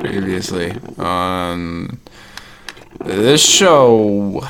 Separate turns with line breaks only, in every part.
Previously on this show.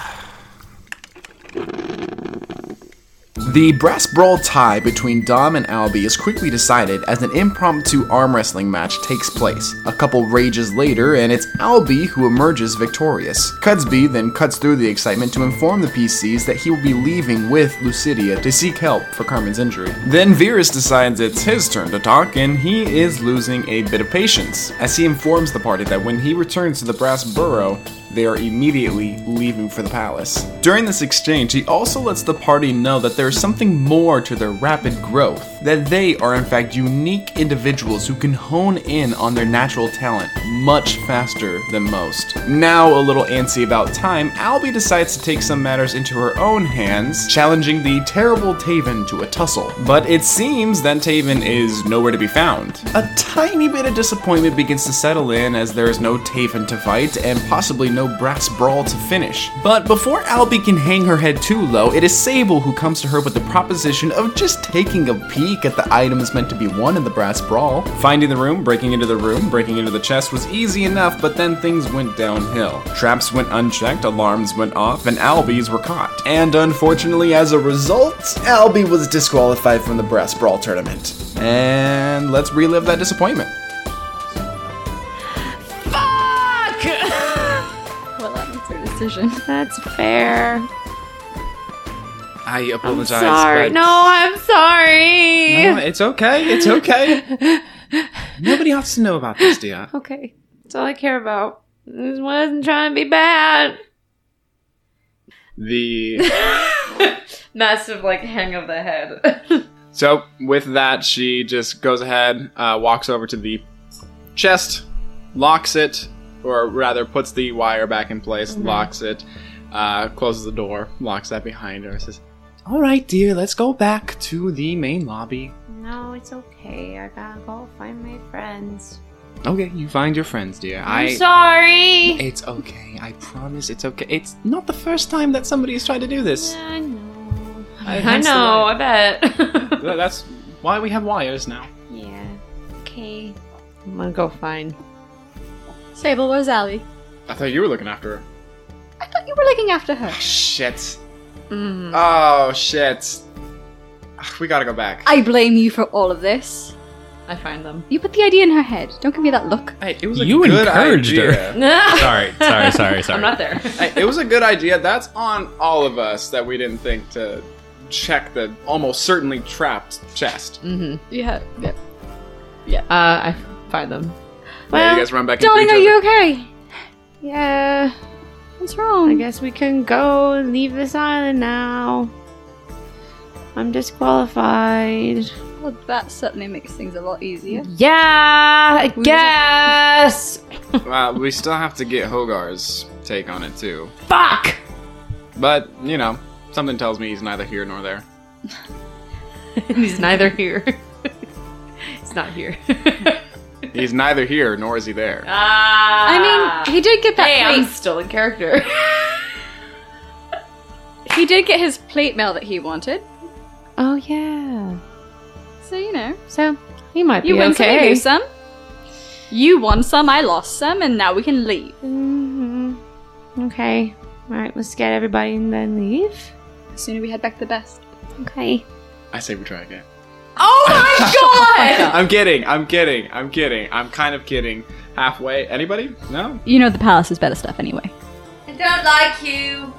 The brass brawl tie between Dom and Albie is quickly decided as an impromptu arm wrestling match takes place. A couple rages later, and it's Albie who emerges victorious. Cudsby then cuts through the excitement to inform the PCs that he will be leaving with Lucidia to seek help for Carmen's injury. Then Virus decides it's his turn to talk, and he is losing a bit of patience as he informs the party that when he returns to the brass burrow, they are immediately leaving for the palace. During this exchange, he also lets the party know that there is something more to their rapid growth, that they are in fact unique individuals who can hone in on their natural talent much faster than most. Now a little antsy about time, Albie decides to take some matters into her own hands, challenging the terrible Taven to a tussle. But it seems that Taven is nowhere to be found. A tiny bit of disappointment begins to settle in as there is no Taven to fight and possibly no brass brawl to finish. But before Albie can hang her head too low, it is Sable who comes to her with the proposition of just taking a peek at the items meant to be won in the brass brawl. Finding the room, breaking into the room, breaking into the chest was easy enough, but then things went downhill. Traps went unchecked, alarms went off, and Albies were caught. And unfortunately, as a result, Albie was disqualified from the brass brawl tournament. And let's relive that disappointment.
Fuck! well, that makes her decision. That's fair.
I apologize.
Sorry. No, I'm sorry.
No, it's okay. It's okay. Nobody else to know about this, dear.
Okay. That's all I care about. This wasn't trying to be bad.
The
Massive, like, hang of the head.
so with that, she just goes ahead, uh, walks over to the chest, locks it, or rather puts the wire back in place, locks it, uh, closes the door, locks that behind her, and says, "All right, dear, let's go back to the main lobby."
no, it's okay. I gotta go find my friends.
Okay, you find your friends, dear.
I'm
I.
sorry.
It's okay. I promise it's okay. It's not the first time that somebody has tried to do this.
I know.
I-
I,
that's the
know.
way.
I bet.
Th- That's why we have wires now.
yeah. Okay. I'm gonna go find.
Sable, where's Allie?
I thought you were looking after her. Ah,
I thought you were looking after her.
Shit.
Mm.
Oh, shit. Ugh, We gotta go back.
I blame you for all of this.
I find them.
You put the idea in her head. Don't give me that look.
Hey, it was
You encouraged
idea.
Sorry, sorry, sorry, sorry.
I'm not there.
Hey, it was a good idea. That's on all of us that we didn't think to check the almost certainly trapped chest.
hmm
Yeah, yeah.
Yeah. Uh, I find them.
yeah,
Well,
you guys run back
Darling,
into
are
each
you okay?
yeah.
What's
I
wrong?
guess we can go and leave this island now. I'm disqualified.
Well, that certainly makes things a lot easier.
Yeah, I
We was-
guess.
other. Well, Uh, we still have to get Hogar's take on it, too.
Fuck.
But, you know, something tells me he's neither here nor there.
He's neither here. He's not here.
He's neither here nor is he there.
ah.
I mean, he did get that
hey, I'm
plate.
still in character.
He did get his plate mail that he wanted.
oh yeah.
So, you know.
So he might
You
be
win some, you
okay.
lose some. You won some, I lost some, and now we can leave.
hmm Okay. All right. Let's get everybody and then leave.
The sooner we head back, the best.
Okay.
I say we try again.
Oh my god!
I'm kidding. I'm kidding. I'm kidding. I'm kind of kidding. Halfway. Anybody? No?
you know the palace is better stuff anyway.
I don't like you.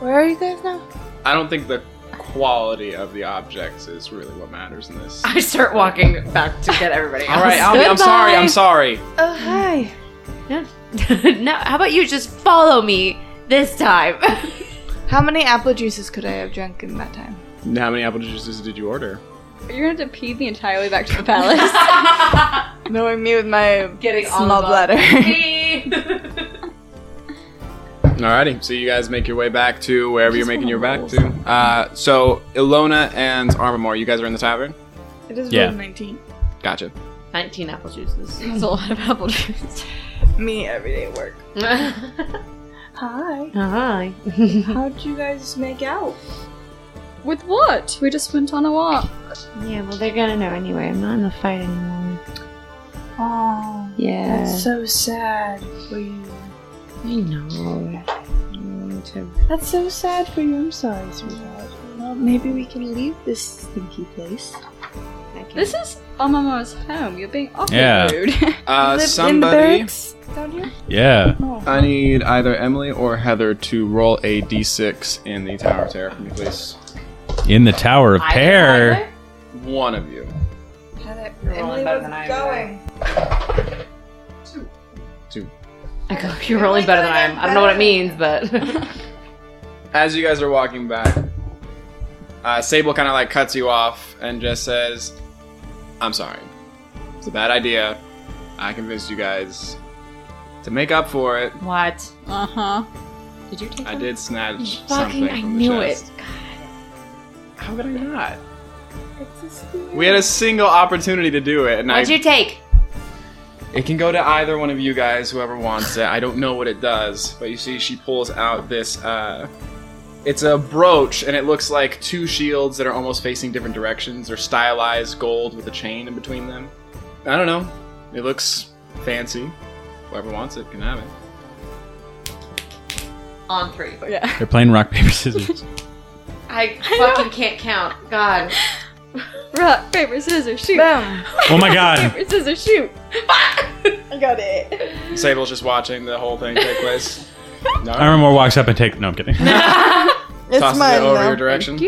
Where are you guys now?
I don't think the quality of the objects is really what matters in this.
I start walking back to get everybody
All
else.
right, Albie, I'm sorry. I'm sorry.
Oh, hi.
no, how about you just follow me this time?
How many apple juices could I have drunk in that time?
How many apple juices did you order?
You're gonna have to pee the entire way back to the palace.
Knowing me with my
Getting on
small
the
bladder.
Alrighty, so you guys make your way back to wherever you're making your back to. Uh, so Ilona and Armamore, you guys are in the tavern.
it is
Yeah.
roll 19.
Gotcha. Uh,
19 apple juices.
That's a lot of apple juice.
Me everyday work. Hi.
Hi.
How'd you guys make out?
With what? We just went on a walk.
Yeah, well, they're gonna know anyway. I'm not in the fight anymore.
Oh,
Yeah.
that's so sad for you.
I know. Mm, to-
That's so sad for you. I'm sorry, sweetheart. Well, maybe we can leave this stinky place.
I can-
This is Omama's home. You're being awful
Yeah.
rude.
Uh,
Live in the
somebody,
barracks, don't you?
Yeah.
Oh.
I need either Emily or Heather to roll a d6 in the Tower of Terror for me, please.
In the Tower of Pear.
One of you.
Heather,
You're rolling
Emily,
better
where's
than I
it
am,
going?
I go, you're rolling better than I am. I don't know what it means, but.
As you guys are walking back, uh, Sable kind of like cuts you off and just says, I'm sorry. It's a bad idea. I convinced you guys to make up for it.
what?
Uh huh.
Did you take
I did snatch something
Fucking,
from
I
the
knew
chest.
it.
How could I not? We had a single opportunity to do it, and I
What'd you take?
It can go to either one of you guys, whoever wants it. I don't know what it does, but you see, she pulls out this. Uh, it's a brooch, and it looks like two shields that are almost facing different directions. They're stylized gold with a chain in between them. I don't know. It looks fancy. Whoever wants it can have it.
On three.
Yeah.
They're playing rock, paper, scissors.
I fucking can't count. God.
Rock, paper, scissors, shoot.
Boom.
Oh my god.
Paper, scissors, shoot.
I got it.
Sable's just watching the whole thing take place. No,
Armor walks up and takes. No, I'm kidding.
It's
tosses
mine
it over
now.
your direction.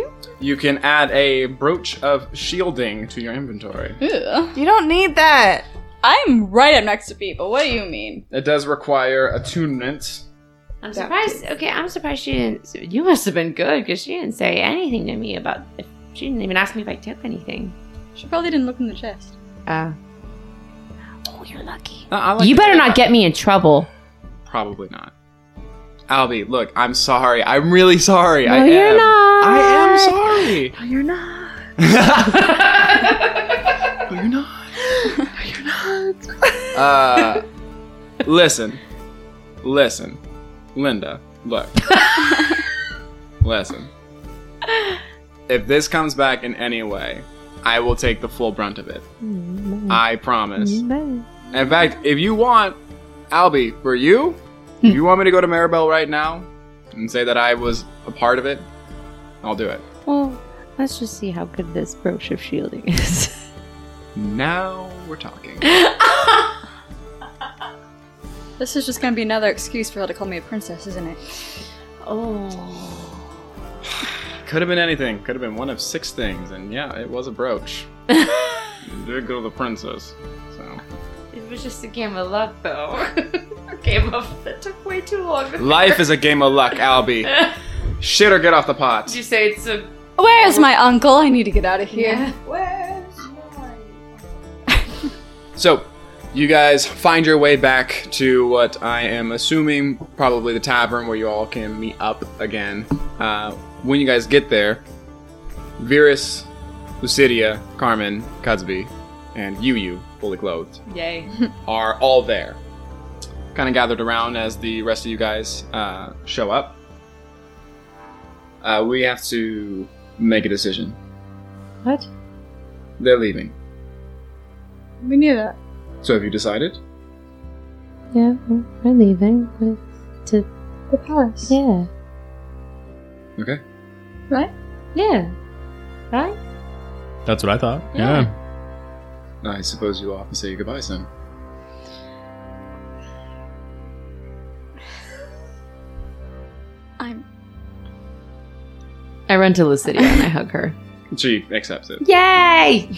You. can add a brooch of shielding to your inventory.
Ugh.
You don't need that.
I'm right up next to people. What do you mean?
It does require attunement.
I'm
That
surprised. Okay, I'm surprised she didn't. so You must have been good because she didn't say anything to me about. If, she didn't even ask me if I took anything.
She probably didn't look in the chest.
Uh, oh, you're lucky.
I- I like
You
it.
better not get me in trouble.
Probably not. Albie, look, I'm sorry. I'm really sorry.
No,
I am.
you're not.
I am sorry.
No, you're not.
No, you're not. Uh, listen, listen, Linda. Look, listen. If this comes back in any way, I will take the full brunt of it.
Mm, Mm-hmm.
I promise. In fact, if you want, Albie, for you, if you want me to go to Maribel right now and say that I was a part of it, I'll do it.
Well, let's just see how good this brooch of shielding is.
Now we're talking.
This is just gonna be another excuse for her to call me a princess, isn't it?
oh.
Could have been anything. Could have been one of six things, and yeah, it was a brooch. it did go to the princess. So
It was just a game of luck, though. a game of that took way too long.
life is a game of luck, Albie. Shit or get off the pot.
Did you say it's a
Where's my uncle? I need to get out of here.
Where's mine?
So, you guys find your way back to what I am assuming probably the tavern where you all can meet up again. Uh, when you guys get there, Virus, Lucidia, Carmen, Cudsby, and Yu Yu, fully clothed,
yay?
are all there. Kind of gathered around as the rest of you guys uh, show up. Uh, we have to make a decision.
What?
They're leaving.
We knew that.
So, have you decided?
Yeah, we're leaving. To
The palace.
yeah,
Okay.
Right?
yeah, right?
That's what I thought.
Yeah.
Yeah.
I suppose you'll have to say goodbye soon.
I'm.
I run to Lucidia and I hug her.
She accepts it.
Yay!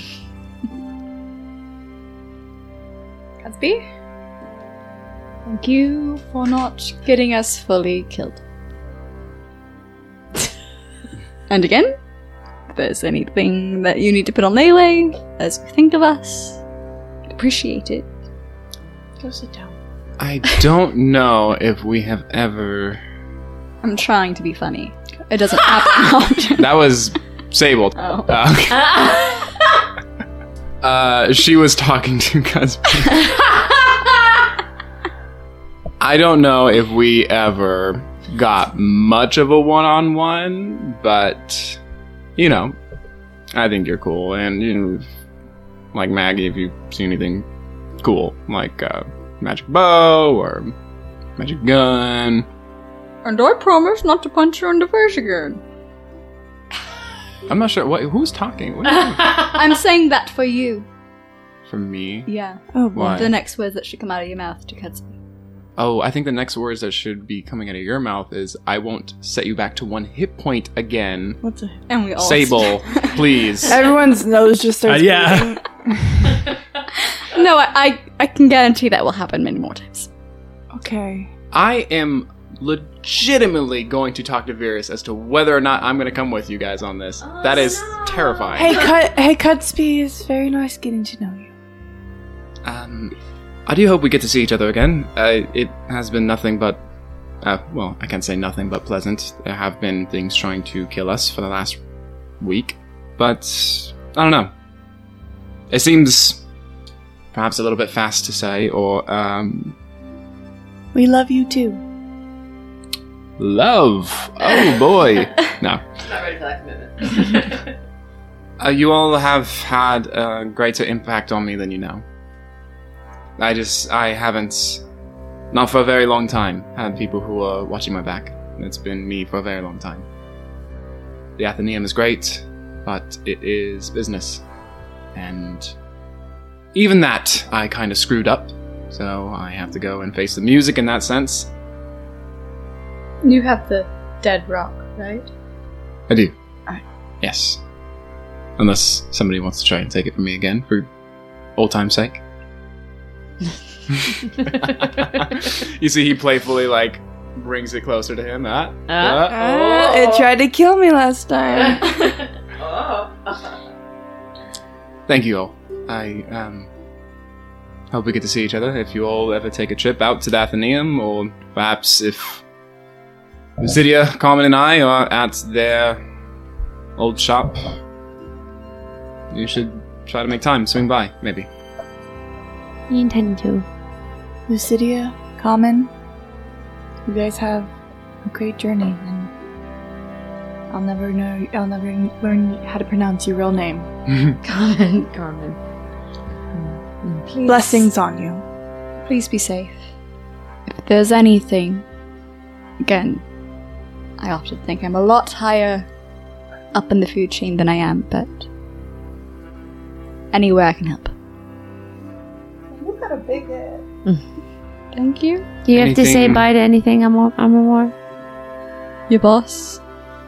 Gatsby? Thank you for not getting us fully killed. and again, if there's anything that you need to put on melee, as you think of us, I'd appreciate it.
Go sit down.
I don't know if we have ever.
I'm trying to be funny. It doesn't happen often.
That was Sable.
Oh.
Uh, uh, she was talking to Cosby. I don't know if we ever got much of a one on one, but, you know, I think you're cool, and you know, like Maggie, if you see anything cool, like uh, magic bow or magic gun.
And I promise not to punch her in the face again.
I'm not sure what who's talking. What are you doing?
I'm saying that for you.
For me,
Yeah.
Oh,
Why?
The next words that should come out of your mouth to Katsu.
Oh, I think the next words that should be coming out of your mouth is I won't set you back to one hit point again.
What's a
And we all
Sable, please.
Everyone's nose just
Uh,
starts.
yeah.
bleeding.
no, I, I I can guarantee that will happen many more times.
Okay.
I am legitimately going to talk to Virus as to whether or not I'm going to come with you guys on this. that is terrifying.
Hey, cut. Hey, Cutsby. It's very nice getting to know you.
Um, I do hope we get to see each other again. Uh, it has been nothing but, uh, well, I can't say nothing but pleasant. There have been things trying to kill us for the last week, but I don't know. It seems perhaps a little bit fast to say, or um,
We love you too.
love. Oh boy, no.
Not ready for that commitment.
Uh, you all have had a greater impact on me than you know. I just, I haven't, not for a very long time, had people who are watching my back. It's been me for a very long time. The Athenaeum is great, but it is business. And even that, I kind of screwed up. So I have to go and face the music in that sense.
You have the dead rock, right?
I do. Yes. Unless somebody wants to try and take it from me again, for old time's sake. you see, he playfully like brings it closer to him. Ah, ah.
Oh.
Ah, it tried to kill me last time.
oh.
Thank you all. I um hope we get to see each other. If you all ever take a trip out to the Athenaeum, or perhaps if Zidia, Carmen, and I are at their old shop, you should try to make time. Swing by, maybe.
You intend to.
Lucidia, Common, you guys have a great journey, and I'll never know. I'll never learn how to pronounce your real name.
Carmen, Carmen.
Please.
Blessings on you.
Please be safe. If there's anything, again, I often think I'm a lot higher up in the food chain than I am, but anywhere I can help.
You've got a big head.
Mm. Thank you.
Do you have to say
Anything-
bye to anything, I'm a, I'm a war?
Your boss,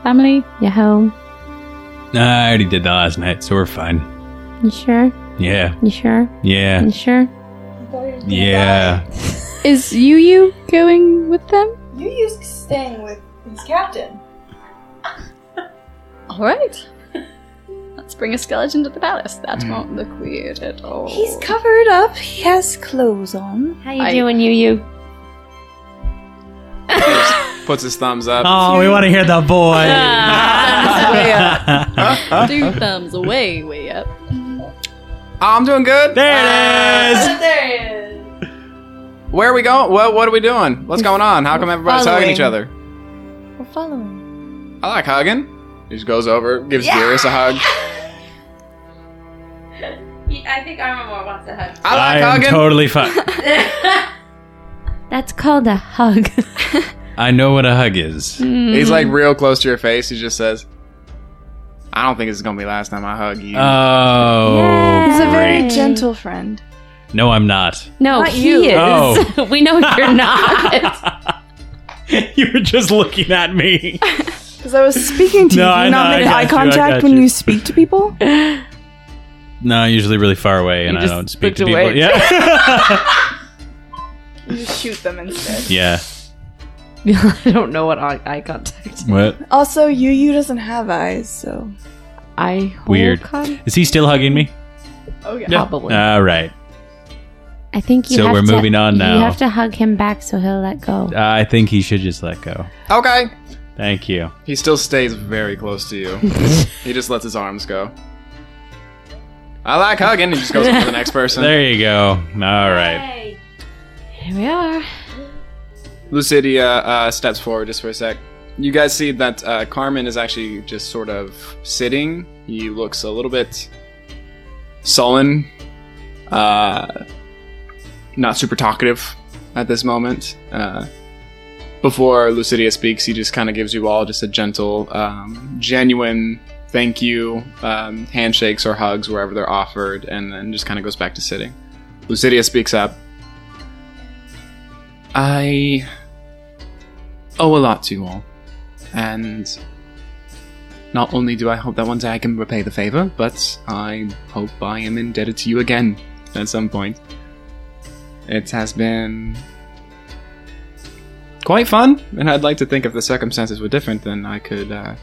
family.
Your home?
Nah, I already did that last night, so we're fine.
You sure?
Yeah,
You sure?
yeah,
You sure?
yeah.
Is Yu Yu going with them?
You used staying with his captain.
All right. Let's bring a skeleton to the palace. That won't look weird at all.
He's covered up. He has clothes on.
How you
I-
doing, you, you?
Puts his thumbs up.
Oh, we want to hear the boy.
way up. Two thumbs way, way up.
I'm doing good. Uh,
there it is.
there it is.
Where are we going? What, what are we doing? What's going on? How come everybody's hugging each other?
We're following.
I like hugging. He just goes over, gives yeah. a hug.
I think Armamore wants a hug.
I
I
like
am
hugging.
totally fucked.
That's called a hug.
I know what a hug is.
Mm.
He's like
Mm-hmm.
real close to your face. He just says, "I don't think this is gonna be last time I hug you."
Uh. Oh,
He's a very
Hey.
gentle friend.
no, I'm not.
No,
Not
he
you.
is.
Oh.
we know you're not.
you were just looking at me.
Because I was speaking to
No,
you. Do you
I know,
not
I
make
got
eye
you, I
contact
got
when
you.
you speak to people?
No, I'm usually really far away, and
You
I
just
don't speak
looked
to people.
away.
Yeah,
You just shoot them instead.
yeah.
I don't know what eye, eye contact.
What?
Also, Yu Yu doesn't have eyes, so.
Eye hole
Weird.
con-
Is he still hugging me?
Oh, yeah.
Probably.
All right.
I think you.
So
have
we're
to-
moving on now.
You have to hug him back so he'll let go.
I think he should just let go.
Okay.
Thank you.
He still stays very close to you. he just lets his arms go. I like hugging. He just goes to the next person.
There you go. All right.
Here we are.
Lucidia uh, steps uh, forward just for a sec. you guys see that uh, Carmen is actually just sort of sitting. He looks a little bit sullen, uh, not super talkative at this moment. Uh, before Lucidia speaks, he just kind of gives you all just a gentle, um, genuine thank you, um, handshakes or hugs wherever they're offered, and then just kind of goes back to sitting. Lucidia speaks up. I owe a lot to you all. And not only do I hope that one day I can repay the favor, but I hope I am indebted to you again at some point. It has been quite fun, and I'd like to think if the circumstances were different, then I could uh,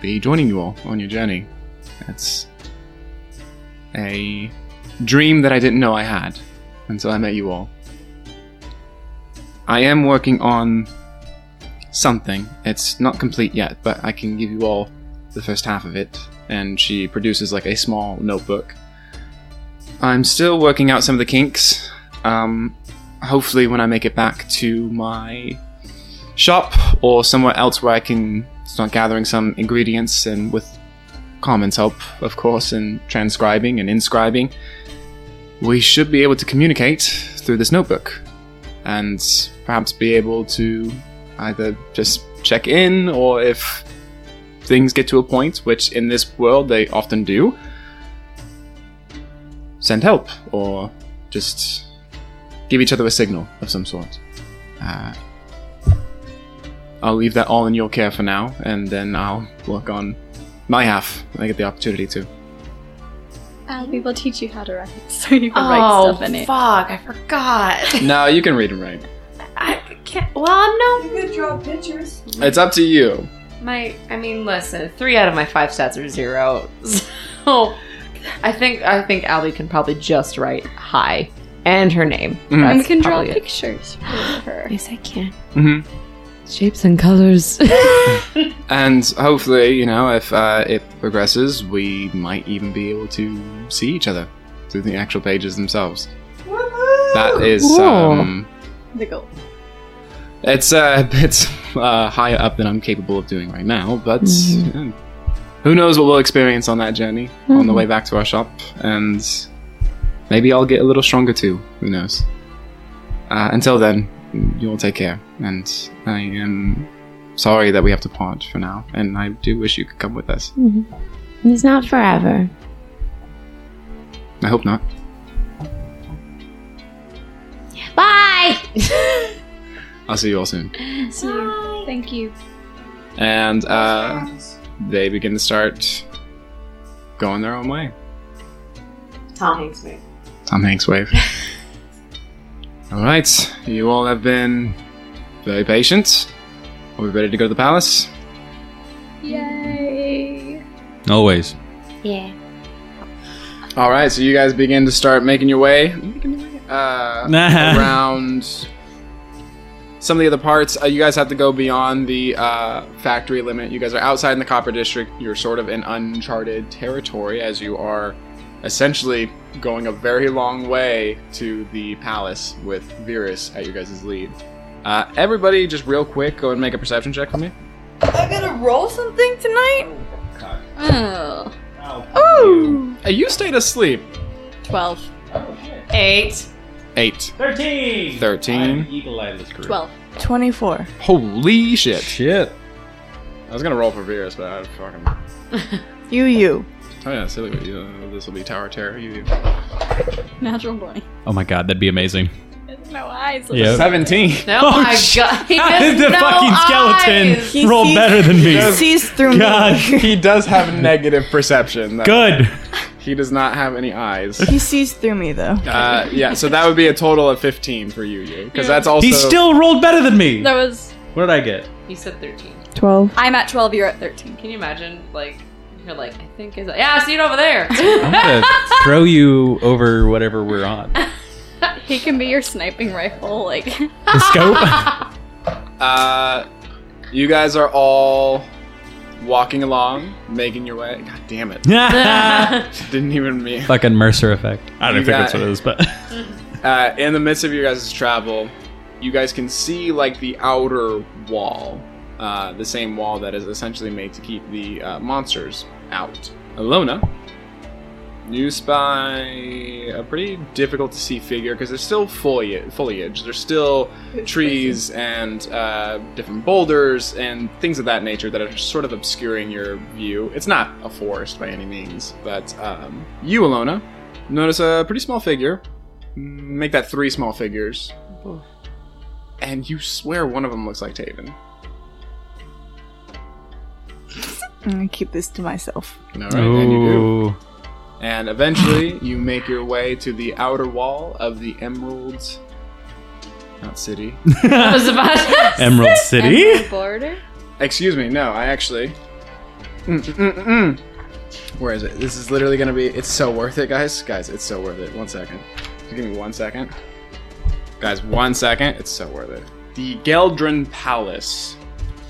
be joining you all on your journey. That's a dream that I didn't know I had until I met you all. I am working on something. It's not complete yet, but I can give you all the first half of it. And she produces like a small notebook. I'm still working out some of the kinks. Um, hopefully, when I make it back to my shop or somewhere else where I can start gathering some ingredients and with Carmen's help, of course, and transcribing and inscribing, we should be able to communicate through this notebook and perhaps be able to either just check in or if things get to a point, which in this world they often do, send help or just give each other a signal of some sort. Uh, I'll leave that all in your care for now, and then I'll work on my half when I get the opportunity to.
Albie will teach you how to write, so you can
oh,
write stuff in it.
fuck. I forgot.
No, you can read and write.
I can't. Well, no.
It's up to you.
My, I mean, listen. Three out of my five stats are zero, so I think I think Allie can probably just write hi and her name.
Mm-hmm.
Mhm.
and we
That's
can draw
probably it.
pictures for her.
Yes, I can.
Mm-hmm.
Shapes and colors.
And hopefully, you know, if uh, it progresses, we might even be able to see each other through the actual pages themselves. That is,
Cool.
um,
The goal.
it's uh, it's uh, higher up than I'm capable of doing right now. But yeah. who knows what we'll experience on that journey on the way back to our shop, and maybe I'll get a little stronger too. Who knows? Uh, until then, you all take care, and I am sorry that we have to part for now. And I do wish you could come with us.
It's not forever.
I hope not.
Bye!
I'll see you all soon.
See you. Thank you.
And uh, they begin to start going their own way.
Tom Hanks movie.
Tom Hanks wave. all right, you all have been very patient. Are we ready to go to the palace?
Yay.
Always.
Yeah.
All right, so you guys begin to start making your way uh, around some of the other parts. Uh, you guys have to go beyond the uh, factory limit. You guys are outside in the Copper District. You're sort of in uncharted territory as you are essentially going a very long way to the palace with Virus at your guys' lead. Uh, everybody, just real quick, go and make a perception check for me.
I gotta roll something tonight?
Oh.
Uh, you stayed asleep.
12.
Eight.
Eight.
13!
13.
Eagle Eye this group.
12.
24.
Holy shit.
Shit.
I was gonna roll for Virus, but I fucking.
You, you.
Oh yeah, silly. Uh, this will be Tower Terror. You, you.
Natural 20.
Oh my god, that'd be amazing.
No eyes.
Yeah.
Seventeen.
No,
Oh,
my
sh-
God. He
How
has
did the
no
fucking skeleton
eyes.
He
roll
sees-
better than me?
He sees through
God.
me.
he does have negative perception. though.
Good.
He does not have any eyes.
He sees through me, though.
Uh, yeah, so that would be a total of fifteen for you, you, because that's also
he still rolled better than me.
That was.
What did I get?
You said thirteen.
12.
I'm at 12, you're at 13.
Can you imagine, like, you're like, I think is, yeah, I see it over there.
I'm gonna throw you over whatever we're on.
He can be your sniping rifle, like.
The scope?
Uh, you guys are all walking along, making your way. God damn it! Didn't even me.
Fucking Mercer effect. I
You
don't think
got
that's what
it.
it is, but.
Uh, in the midst of your guys' travel, you guys can see like the outer wall uh, the same wall that is essentially made to keep the uh, monsters out. Alona, you spy a pretty difficult to see figure because there's still foliage. foliage. There's still trees and uh, different boulders and things of that nature that are sort of obscuring your view. It's not a forest by any means, but um, you, Alona, notice a pretty small figure. Make that three small figures. And you swear one of them looks like Taven.
I'm gonna keep this to myself.
All right, and you do.
Ooh.
And eventually, you make your way to the outer wall of the Emerald. Not city.
I was about to
Emerald City?
Emerald border?
Excuse me, no, I actually. Mm, mm, mm, mm. Where is it? This is literally gonna be. It's so worth it, guys. Guys, it's so worth it. One second. Just give me one second. Guys, one second. It's so worth it. The Geldrin Palace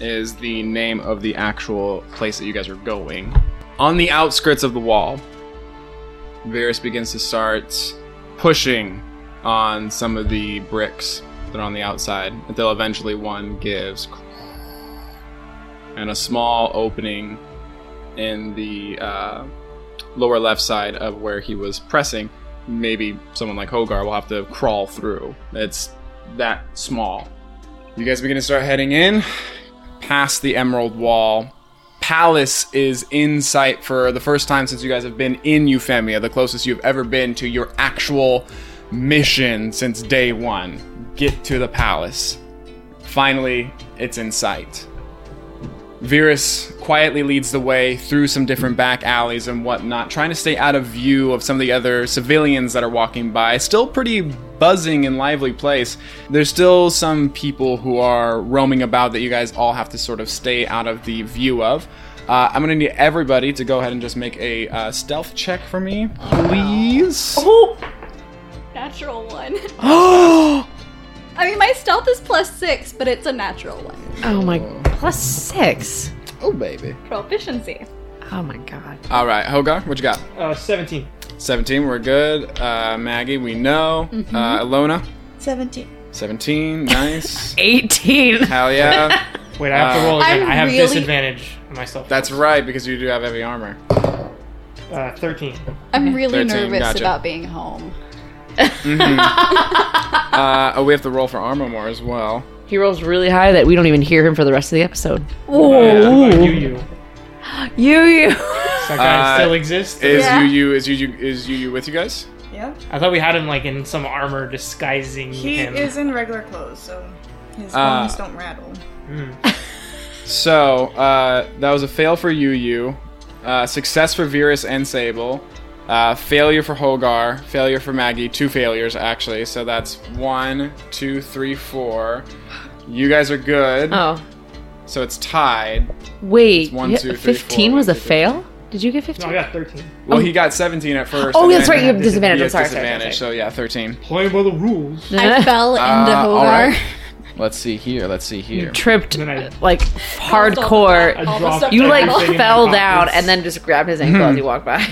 is the name of the actual place that you guys are going. On the outskirts of the wall, Varys begins to start pushing on some of the bricks that are on the outside until eventually one gives and a small opening in the uh, lower left side of where he was pressing. Maybe someone like Hogar will have to crawl through. It's that small. You guys begin to start heading in past the Emerald Wall. Palace is in sight for the first time since you guys have been in Euphemia, the closest you've ever been to your actual mission since day one. Get to the palace. Finally, it's in sight. Virus quietly leads the way through some different back alleys and whatnot, trying to stay out of view of some of the other civilians that are walking by. Still pretty buzzing and lively place. There's still some people who are roaming about that you guys all have to sort of stay out of the view of. Uh, I'm gonna need everybody to go ahead and just make a uh, stealth check for me, please.
Natural one.
Oh!
I mean, my stealth is plus six, but it's a natural one.
Oh my. Plus six.
oh baby.
Proficiency.
Oh my god.
All right, Hogar, what you got?
Uh, 17.
17, we're good. Uh, Maggie, we know. Uh, Alona,
17.
17, nice.
18.
Hell yeah.
Wait, I have to
Uh,
roll again.
I'm
I have
really-
disadvantage on myself.
That's right, because you do have heavy armor.
Uh, 13.
I'm
13,
really nervous
gotcha.
about being home.
Uh, oh, we have to roll for armor more as well.
He rolls really high that we don't even hear him for the rest of the episode.
Oh, you, you.
You, you.
That guy
Uh,
still exists.
Is
Yeah.
you you is you you is you you with you guys?
Yeah.
I thought we had him like in some armor disguising
He
him.
is in regular clothes, so his
Uh,
bones don't rattle.
So uh, that was a fail for you you, uh, success for Virus and Sable, uh, failure for Hogar, failure for Maggie. Two failures actually. So that's one, two, three, four. You guys are good.
Oh.
So it's tied.
Wait.
one,
you-
two, three, four,
15 was
one,
a
two, three,
fail? Did you get 15?
No, I got 13.
Well, he got 17 at first.
oh,
and
that's
then
right. You have disadvantage.
He
I'm
has
sorry. sorry,
disadvantage.
sorry,
So yeah, 13.
Playing by the rules.
I
sorry.
fell into
Uh, all
Hogar.
right. Let's see here. Let's see here.
Tripped
Then I-
uh, like
I
hardcore.
All the
dropped
stuff
You like
everything in my
fell down
pockets.
and then just grabbed his ankle as he walked by.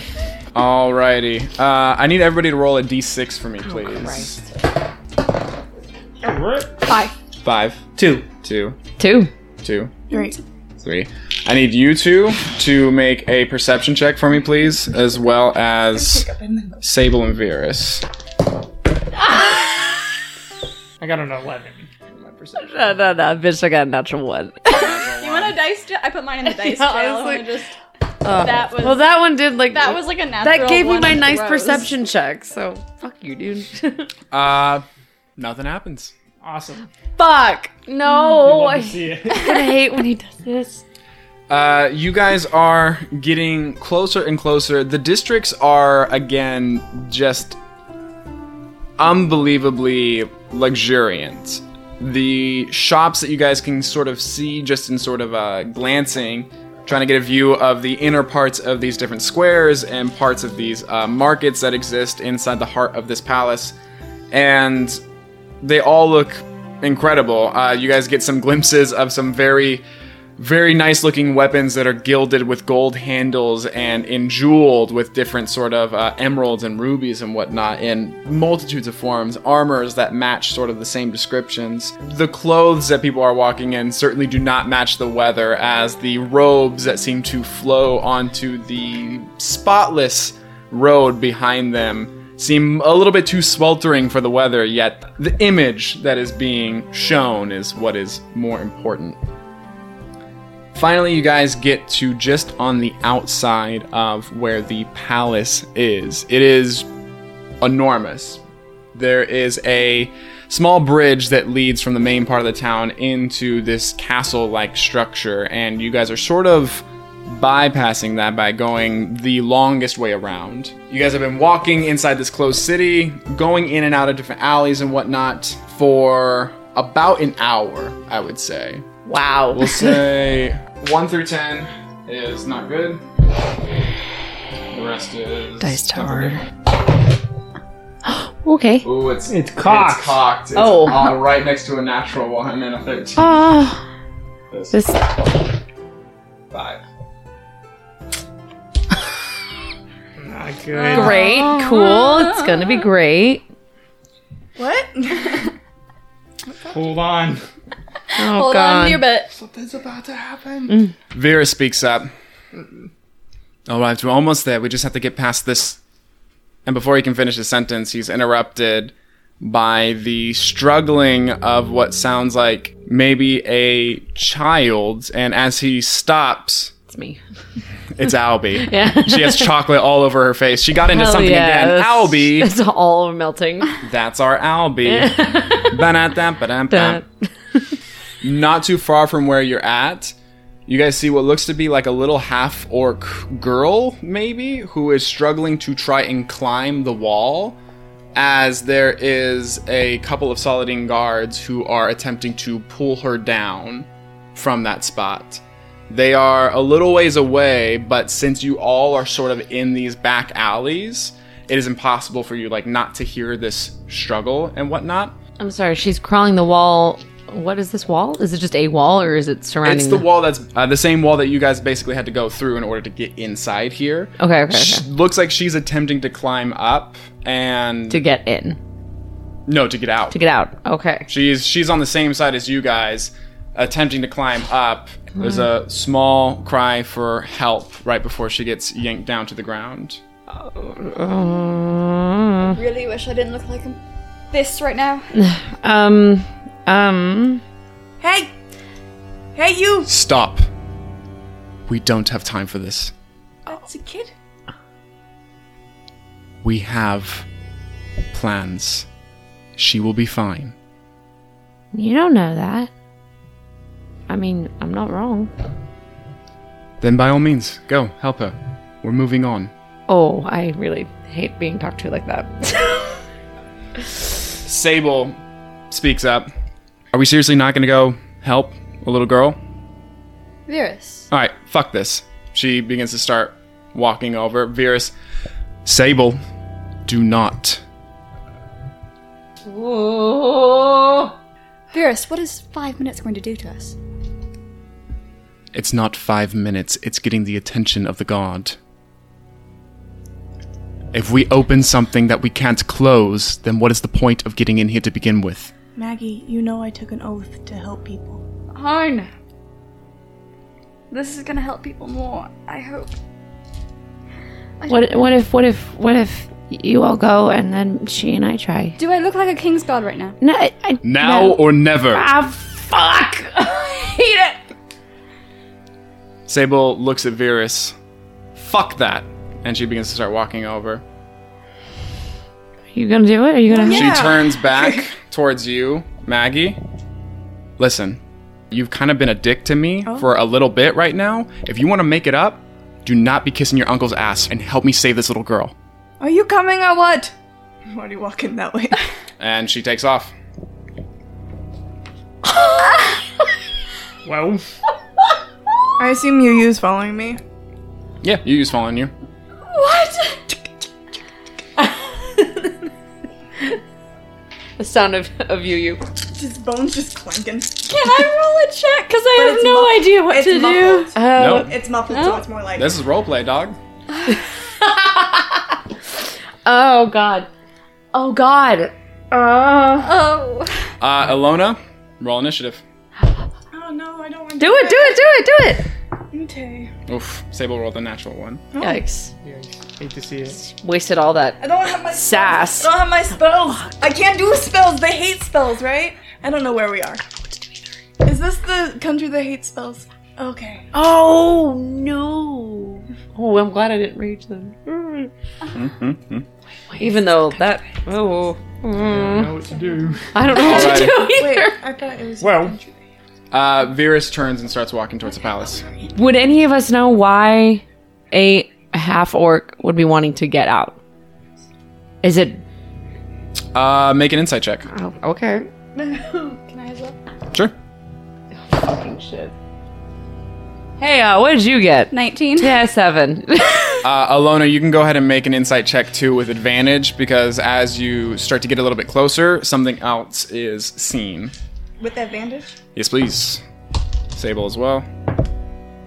Alrighty. Uh, I need everybody to roll a d6 for me, please.
Oh, Christ.
Alright.
Five, two, two,
Two.
two,
Great.
three. I need you two to make a perception check for me, please, as well as Sable and Virus.
I got an 11.
No, no, no. Bitch, I got a natural one.
You want a dice jail? I put mine in the dice
Yeah,
jail.
honestly.
and just, that was
Well, that one did like.
that was like a natural.
That gave me
one
my
on the
nice
rose.
perception check, so fuck you, dude.
Uh, nothing happens.
Awesome.
fuck! No!
Love
I
to see it.
kinda hate when he does this.
Uh, you guys are getting closer and closer. The districts are again just unbelievably luxuriant. The shops that you guys can sort of see just in sort of uh, glancing, trying to get a view of the inner parts of these different squares and parts of these uh, markets that exist inside the heart of this palace, and they all look incredible. Uh, you guys get some glimpses of some very very nice looking weapons that are gilded with gold handles and enjeweled with different sort of uh, emeralds and rubies and whatnot in multitudes of forms armors that match sort of the same descriptions the clothes that people are walking in certainly do not match the weather as the robes that seem to flow onto the spotless road behind them seem a little bit too sweltering for the weather yet the image that is being shown is what is more important Finally, you guys get to just on the outside of where the palace is. It is enormous. There is a small bridge that leads from the main part of the town into this castle like structure, and you guys are sort of bypassing that by going the longest way around. You guys have been walking inside this closed city, going in and out of different alleys and whatnot for about an hour, I would say.
Wow.
We'll say 1 through 10 is not good. The rest is.
Dice tower.
Okay.
Ooh, it's
It's cocked.
It's cocked. It's
Oh.
on- right next to a natural one and a 13.
Ah. This.
Five.
Not good.
Great. Cool. It's gonna be great.
What?
Hold on.
Oh
Hold
God.
on to your bit.
Something's about to happen. Vera speaks up. All right, we're almost there. We just have to get past this. And before he can finish his sentence, he's interrupted by the struggling of what sounds like maybe a child. And as he stops,
It's me.
it's Albie.
Yeah.
She has chocolate all over her face. She got into
Hell
something
yeah,
again.
that's-
Albie.
It's all melting.
That's our Albie. Ba-da-dam, ba-dam, bam. not too far from where you're at, you guys see what looks to be like a little half orc girl, maybe, who is struggling to try and climb the wall as there is a couple of Saladin guards who are attempting to pull her down from that spot. They are a little ways away, but since you all are sort of in these back alleys, it is impossible for you like not to hear this struggle and whatnot.
I'm sorry. She's crawling the wall. What is this wall? Is it just a wall, or is it surrounding?
It's the wall that's uh, the same wall that you guys basically had to go through in order to get inside here.
Okay. Okay.
Sh-
okay.
looks like she's attempting to climb up and
To get in.
no to get out.
To get out. Okay.
She's she's on the same side as you guys, attempting to climb up. There's
Hmm.
a small cry for help right before she gets yanked down to the ground.
Um.
Really wish I didn't look like him. This right now.
Um.
Hey! Hey, you!
Stop. We don't have time for this.
That's a kid.
We have plans. She will be fine.
You don't know that. I mean, I'm not wrong.
Then by all means, go help her. We're moving on.
Oh, I really hate being talked to like that.
Sable speaks up. Are we seriously not going to go help a little girl?
Virus.
All right, fuck this. She begins to start walking over. Virus, Sable, do not.
Virus, what is five minutes going to do to us?
It's not five minutes, it's getting the attention of the guard. If we open something that we can't close, then what is the point of getting in here to begin with?
Maggie, you know I took an oath to help people.
Harn. This is gonna help people more, I hope. I
What? What if? What if? What if you all go and then she and I try?
Do I look like a king's guard right now?
No. I, I,
Now
No.
or never.
Ah, fuck! I hate it.
Sable looks at Virus. Fuck that. And she begins to start walking over.
Are you gonna do it? Are you gonna?
She turns back towards you, Maggie. Listen, you've kind of been a dick to me for a little bit right now. If you want to make it up, do not be kissing your uncle's ass and help me save this little girl.
Are you coming or what? I'm already walking that way.
And she takes off.
Well,
I assume you use following me.
Yeah, you use following you.
the sound of of you, you.
His bones just clanking.
Can I roll a check? Because I
But
have
it's
no
muff-
idea what
it's
to
muffled.
do.
Nope.
It's muffled, so it's more like.
This is roleplay, dog.
Oh god. Oh god. Uh,
Oh.
Uh, Elona, roll initiative.
Oh no, I don't want to.
do it, do it, do it, do it.
it. Okay.
Oof, Sable rolled a natural one.
Yikes.
Hate to see it.
Wasted all
I
that
don't have my. I
sass.
don't have my spells. I can't do spells. They hate spells, right? I don't know where we are. Is this the country that hates spells? Okay.
Oh no. Oh, I'm glad I didn't reach them. Even though that oh
I
mm,
know what to do.
I don't know what to
Alrighty.
do
Wait,
either.
I thought it was.
Well,
Uh, Virus turns and starts walking towards the palace.
Would any of us know why a half orc would be wanting to get out? Is it
Uh, make an insight check.
oh, okay?
Sure.
Hey, uh, what did you get?
19.
Yeah, seven.
Uh, Alona, you can go ahead and make an insight check too with advantage because as you start to get a little bit closer, something else is seen.
With advantage?
Yes, please. Sable as well.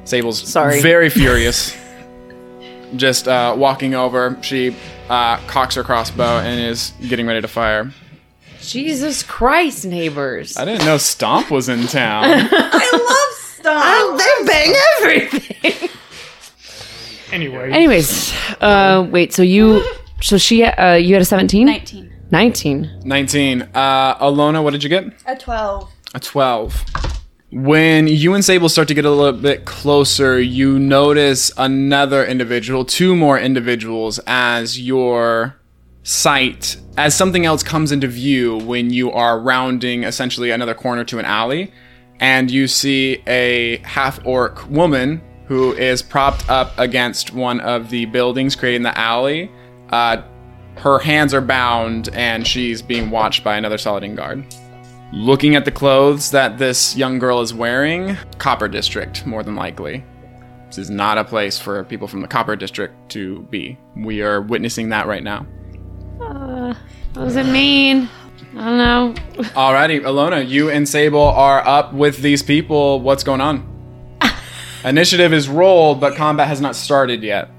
Sable's
Sorry.
very furious. Just uh, walking over, she uh, cocks her crossbow and is getting ready to fire.
Jesus Christ, neighbors!
I didn't know Stomp was in town.
I love stuff.
They bang everything.
anyway.
Anyways, uh, wait. So you, so she, uh, you had a seventeen.
19.
Nineteen.
19. Uh, Alona, what did you get?
A 12.
A 12. When you and Sable start to get a little bit closer, you notice another individual, two more individuals, as your sight, as something else comes into view when you are rounding essentially another corner to an alley. And you see a half orc woman who is propped up against one of the buildings creating the alley. Uh, her hands are bound, and she's being watched by another Saladin guard. Looking at the clothes that this young girl is wearing, Copper District, more than likely. This is not a place for people from the Copper District to be. We are witnessing that right now.
What does it mean? I don't know.
Alrighty, Alona, you and Sable are up with these people. What's going on? Initiative is rolled, but combat has not started yet.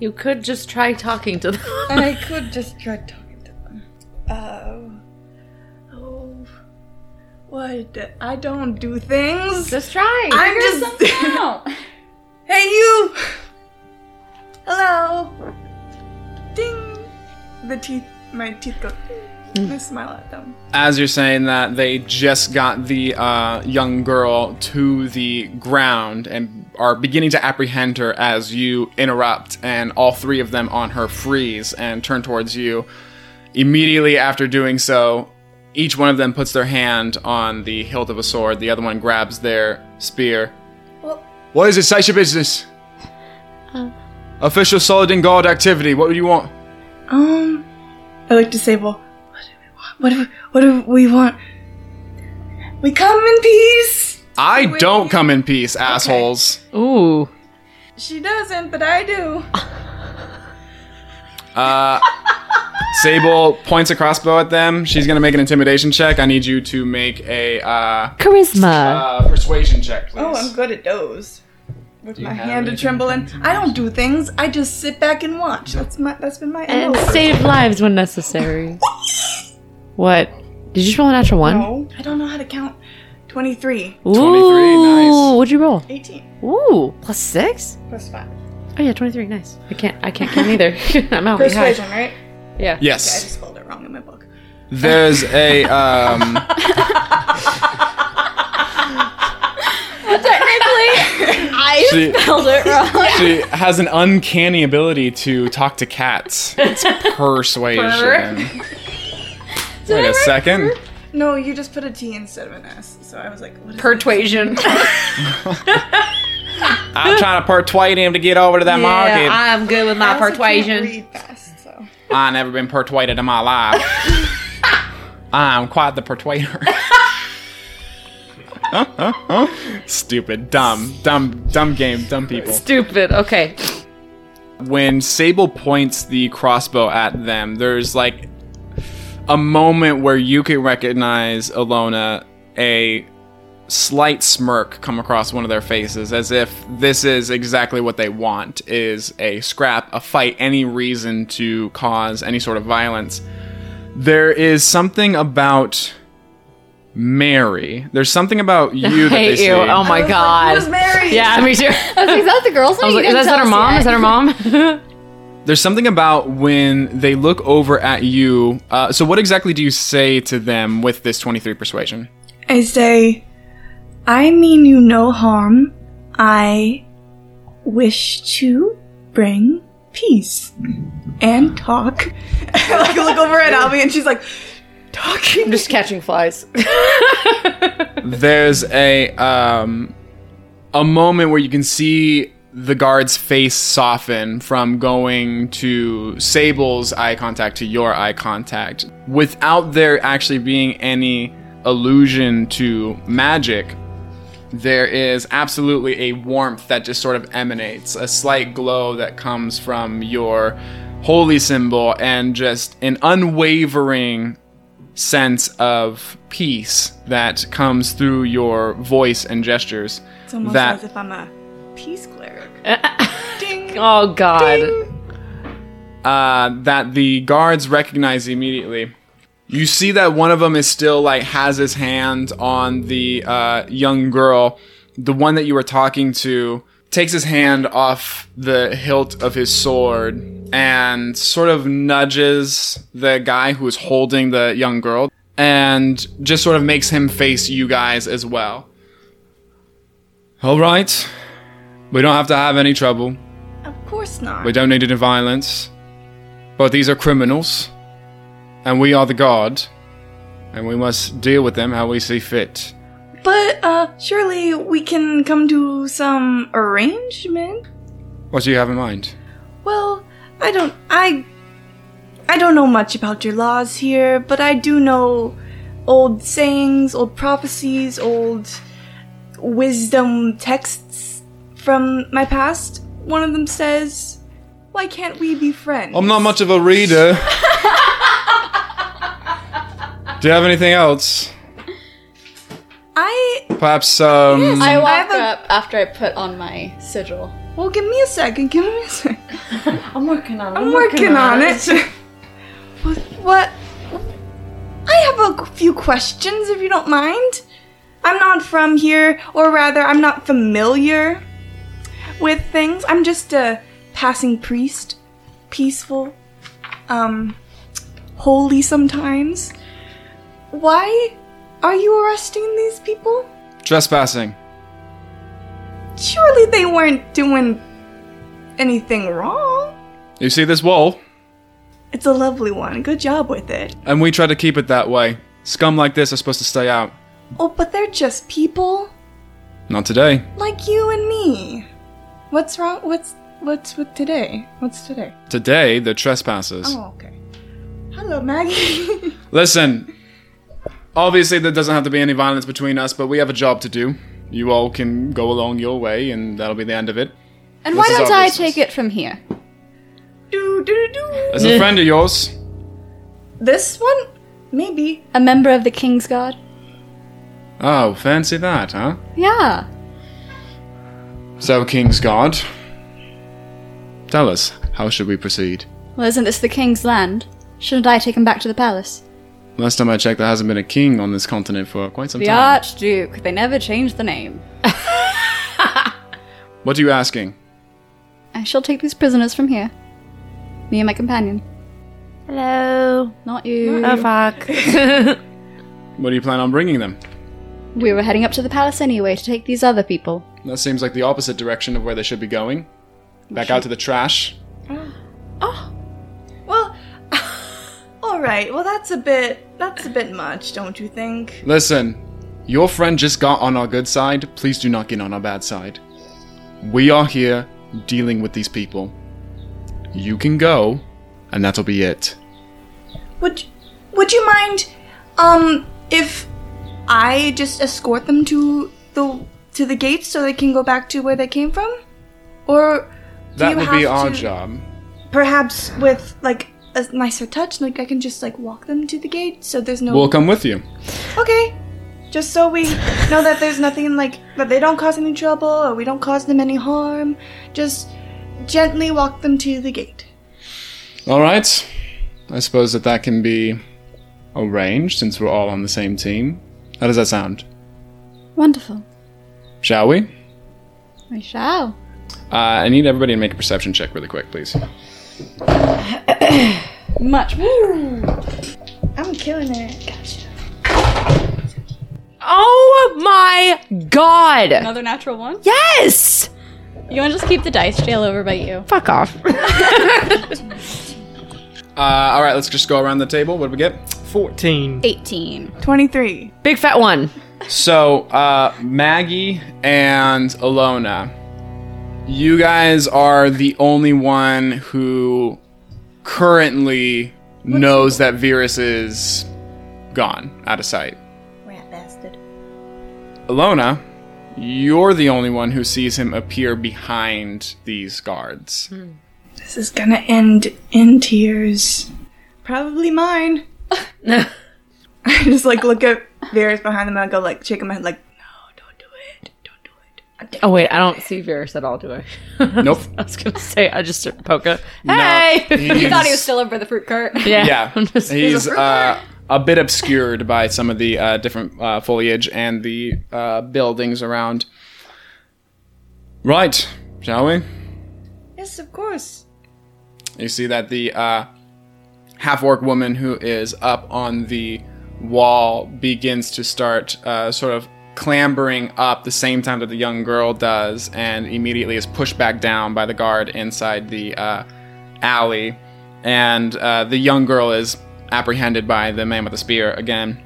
You could just try talking to them.
I could just try talking to them. Oh. Oh. What? I don't do things.
just try.
I'm just. hey, you! Hello! Ding! The teeth, my teeth go. ding. I smile at them.
as you're saying that, they just got the uh, young girl to the ground and are beginning to apprehend her as you interrupt, and all three of them on her freeze and turn towards you. Immediately after doing so, each one of them puts their hand on the hilt of a sword, the other one grabs their spear. What is it? State your business. Official Saladin Guard activity. What do you want?
Um, I like to say, well, what do we want? What do, what do we want? We come in peace!
I don't come in peace, assholes.
Ooh.
She doesn't, but I do.
Uh, Sable points a crossbow at them. She's gonna make an intimidation check. I need you to make a uh,
Charisma.
uh, persuasion check, please.
Oh, I'm good at those. With my
have
hand a
anything
trembling. I don't do things. I just sit back and watch. That's my. That's been my.
and
MO.
save lives when necessary. what? Did you just roll a natural one?
No, I don't know how to count. 23.
23,
Ooh,
nice.
What'd you roll?
18.
Ooh, plus six?
Plus 5.
Oh yeah, twenty-three. Nice. I can't. I can't count either. I'm out. Yeah.
Persuasion, right? Okay,
Yeah.
I
Yes,
just spelled it wrong in my book.
there's a. Um,
Technically, I
She-
spelled it wrong.
she has an uncanny ability to talk to cats. It's persuasion. Wait a second.
No, you just put a T instead of an S. So I was like, what is
Persuasion.
I'm trying to persuade him to get over to that market. I-
I'm good with my
I also can't read fast, so.
never been persuaded in my life. I'm quite the persuader. Stupid, dumb, dumb, dumb game, dumb people.
Stupid. Okay.
when Sable points the crossbow at them, there's like a moment where you can recognize Alona, a slight smirk come across one of their faces as if this is exactly what they want is a scrap, a fight, any reason to cause any sort of violence. There is something about Mary. There's something about you that
I
they
hate
see.
you. Oh my god. Yeah, me too.
I was like, is that the girl's
I was
name?
like,
You
is that her
didn't
mom? Is that her mom?
There's something about when they look over at you. Uh, so, what exactly do you say to them with this 23 persuasion?
I say, I mean you no harm. I wish to bring peace and talk. I like look over at Albie and she's like, talking. I'm
just catching flies.
There's a um, a moment where you can see the guard's face soften from going to Sable's eye contact to your eye contact without there actually being any allusion to magic. There is absolutely a warmth that just sort of emanates, a slight glow that comes from your holy symbol, and just an unwavering sense of peace that comes through your voice and gestures.
It's almost
that
as if I'm a peace cleric.
oh god.
uh, that the guards recognize immediately. You see that one of them is still like has his hand on the uh, young girl. The one that you were talking to takes his hand off the hilt of his sword and sort of nudges the guy who is holding the young girl and just sort of makes him face you guys as well. All right. We don't have to have any trouble.
Of course not.
We don't need any violence. But these are criminals. And we are the guard. And we must deal with them how we see fit.
But uh, surely we can come to some arrangement.
What do you have in mind?
Well, I don't. I. I don't know much about your laws here, but I do know old sayings, old prophecies, old wisdom texts from my past. One of them says, Why can't we be friends?
I'm not much of a reader. do you have anything else?
I.
Perhaps, um.
I
I
walk
have a-
up after I put on my sigil.
Well, give me a second. Give me a second.
I'm working on it.
I'm working on it. What- what? I have a qu- few questions, if you don't mind. I'm not from here, or rather, I'm not familiar with things. I'm just a passing priest, peaceful, um, holy sometimes. Why are you arresting these people?
Trespassing.
Surely they weren't doing anything wrong.
You see this wall?
It's a lovely one. Good job with it.
And we try to keep it that way. Scum like this are supposed to stay out.
Oh, but they're just people
Not today.
like you and me. What's wrong? What's what's with today? What's today?
Today, they're trespassers.
Oh, okay. Hello, Maggie.
Listen, obviously there doesn't have to be any violence between us, but we have a job to do. You all can go along your way, and that'll be the end of it.
And
This
why
is
don't
our
I
business.
take it from here?
do, do, do.
As a friend of yours,
This one, maybe.
A member of the King's Guard?
oh, fancy that, huh?
Yeah.
So, King's Guard, tell us how should we proceed?
Well, isn't this the King's land? Shouldn't I take him back to the palace?
Last time I checked, there hasn't been a king on this continent for quite some
The
time.
Archduke. They never changed the name.
What are you asking?
I shall take these prisoners from here. Me and my companion.
Hello.
Not you.
Oh fuck.
What do you plan on bringing them?
We were heading up to the palace anyway to take these other people.
That seems like the opposite direction of where they should be going. Back out to the trash.
Well, all right. Well, that's a bit. That's a bit much, don't you think?
Listen, your friend just got on our good side. Please do not get on our bad side. We are here dealing with these people. You can go, and that'll be it.
Would Would you mind, um, if I just escort them to the to the gates so they can go back to where they came from, or do
That
you
will
have
be our
to-
job.
perhaps with like a nicer touch. Like I can just like walk them to the gate, so there's no.
We'll come with you.
Okay. Just so we know that there's nothing like that they don't cause any trouble or we don't cause them any harm. Just gently walk them to the gate.
All right. I suppose that that can be arranged since we're all on the same team. How does that sound?
Wonderful.
Shall we?
I shall.
Uh, I need everybody to make a perception check really quick, please.
Much
I'm killing it. Gotcha.
Oh my god!
Another natural one?
Yes!
You want to just keep the dice jail over by you?
Fuck off.
Uh, all right, let's just go around the table. What do we get?
14.
18.
23.
Big fat one.
So, uh, Maggie and Alona, you guys are the only one who currently knows that Virus is gone, out of sight.
Rat bastard.
Alona, you're the only one who sees him appear behind these guards.
Hmm.
This is gonna end in tears. Probably mine.
Oh,
I just like look at Varys behind them and I go like shaking my head like, no, don't do it. Don't do it. I'm dead."
Oh wait, I don't see Varys at all, do I?
Nope.
I was gonna say I just poke her.
No,
Hey!
You thought he was still over the fruit cart.
yeah.
yeah.
I'm just-
He's uh, a bit obscured by some of the uh, different uh, foliage and the uh, buildings around. Right, shall we?
Yes, of course.
You see that the uh, half orc woman who is up on the wall begins to start uh, sort of clambering up the same time that the young girl does, and immediately is pushed back down by the guard inside the uh, alley. And uh, the young girl is apprehended by the man with the spear again.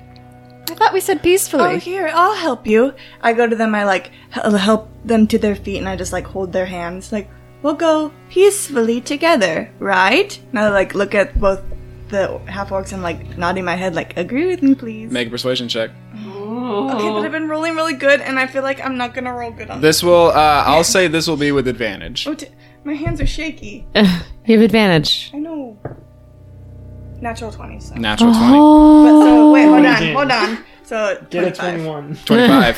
I thought we said peacefully.
Oh, here, I'll help you. I go to them, I like hel- help them to their feet, and I just like hold their hands. Like, we'll go peacefully together, right? And I like look at both the half orcs and like nodding my head, like, agree with me, please.
Make a persuasion check.
okay, but I've been rolling really good, and I feel like I'm not gonna roll good on
This will, uh, I'll say this will be with advantage.
Oh, t- my hands are shaky.
you have advantage.
I know. Natural 20, so.
Natural 20.
But, so wait, hold on,
Again.
hold on. So,
Get a
25.
21.
25.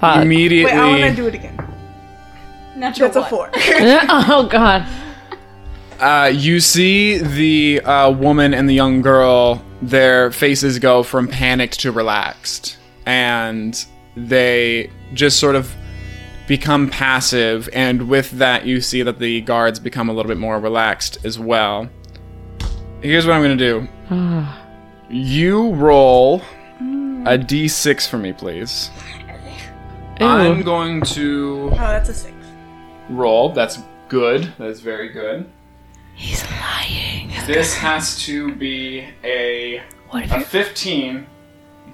Fuck.
Immediately.
Wait, I wanna do it again.
Natural
That's a
one.
4.
oh god.
Uh, you see the uh, woman and the young girl, their faces go from panicked to relaxed. And they just sort of become passive. And with that, you see that the guards become a little bit more relaxed as well. Here's what I'm going to do you roll a d6 for me, please. I'm going to
Oh, that's a 6.
roll. That's good. That is very good. He's lying. This has to be a, a 15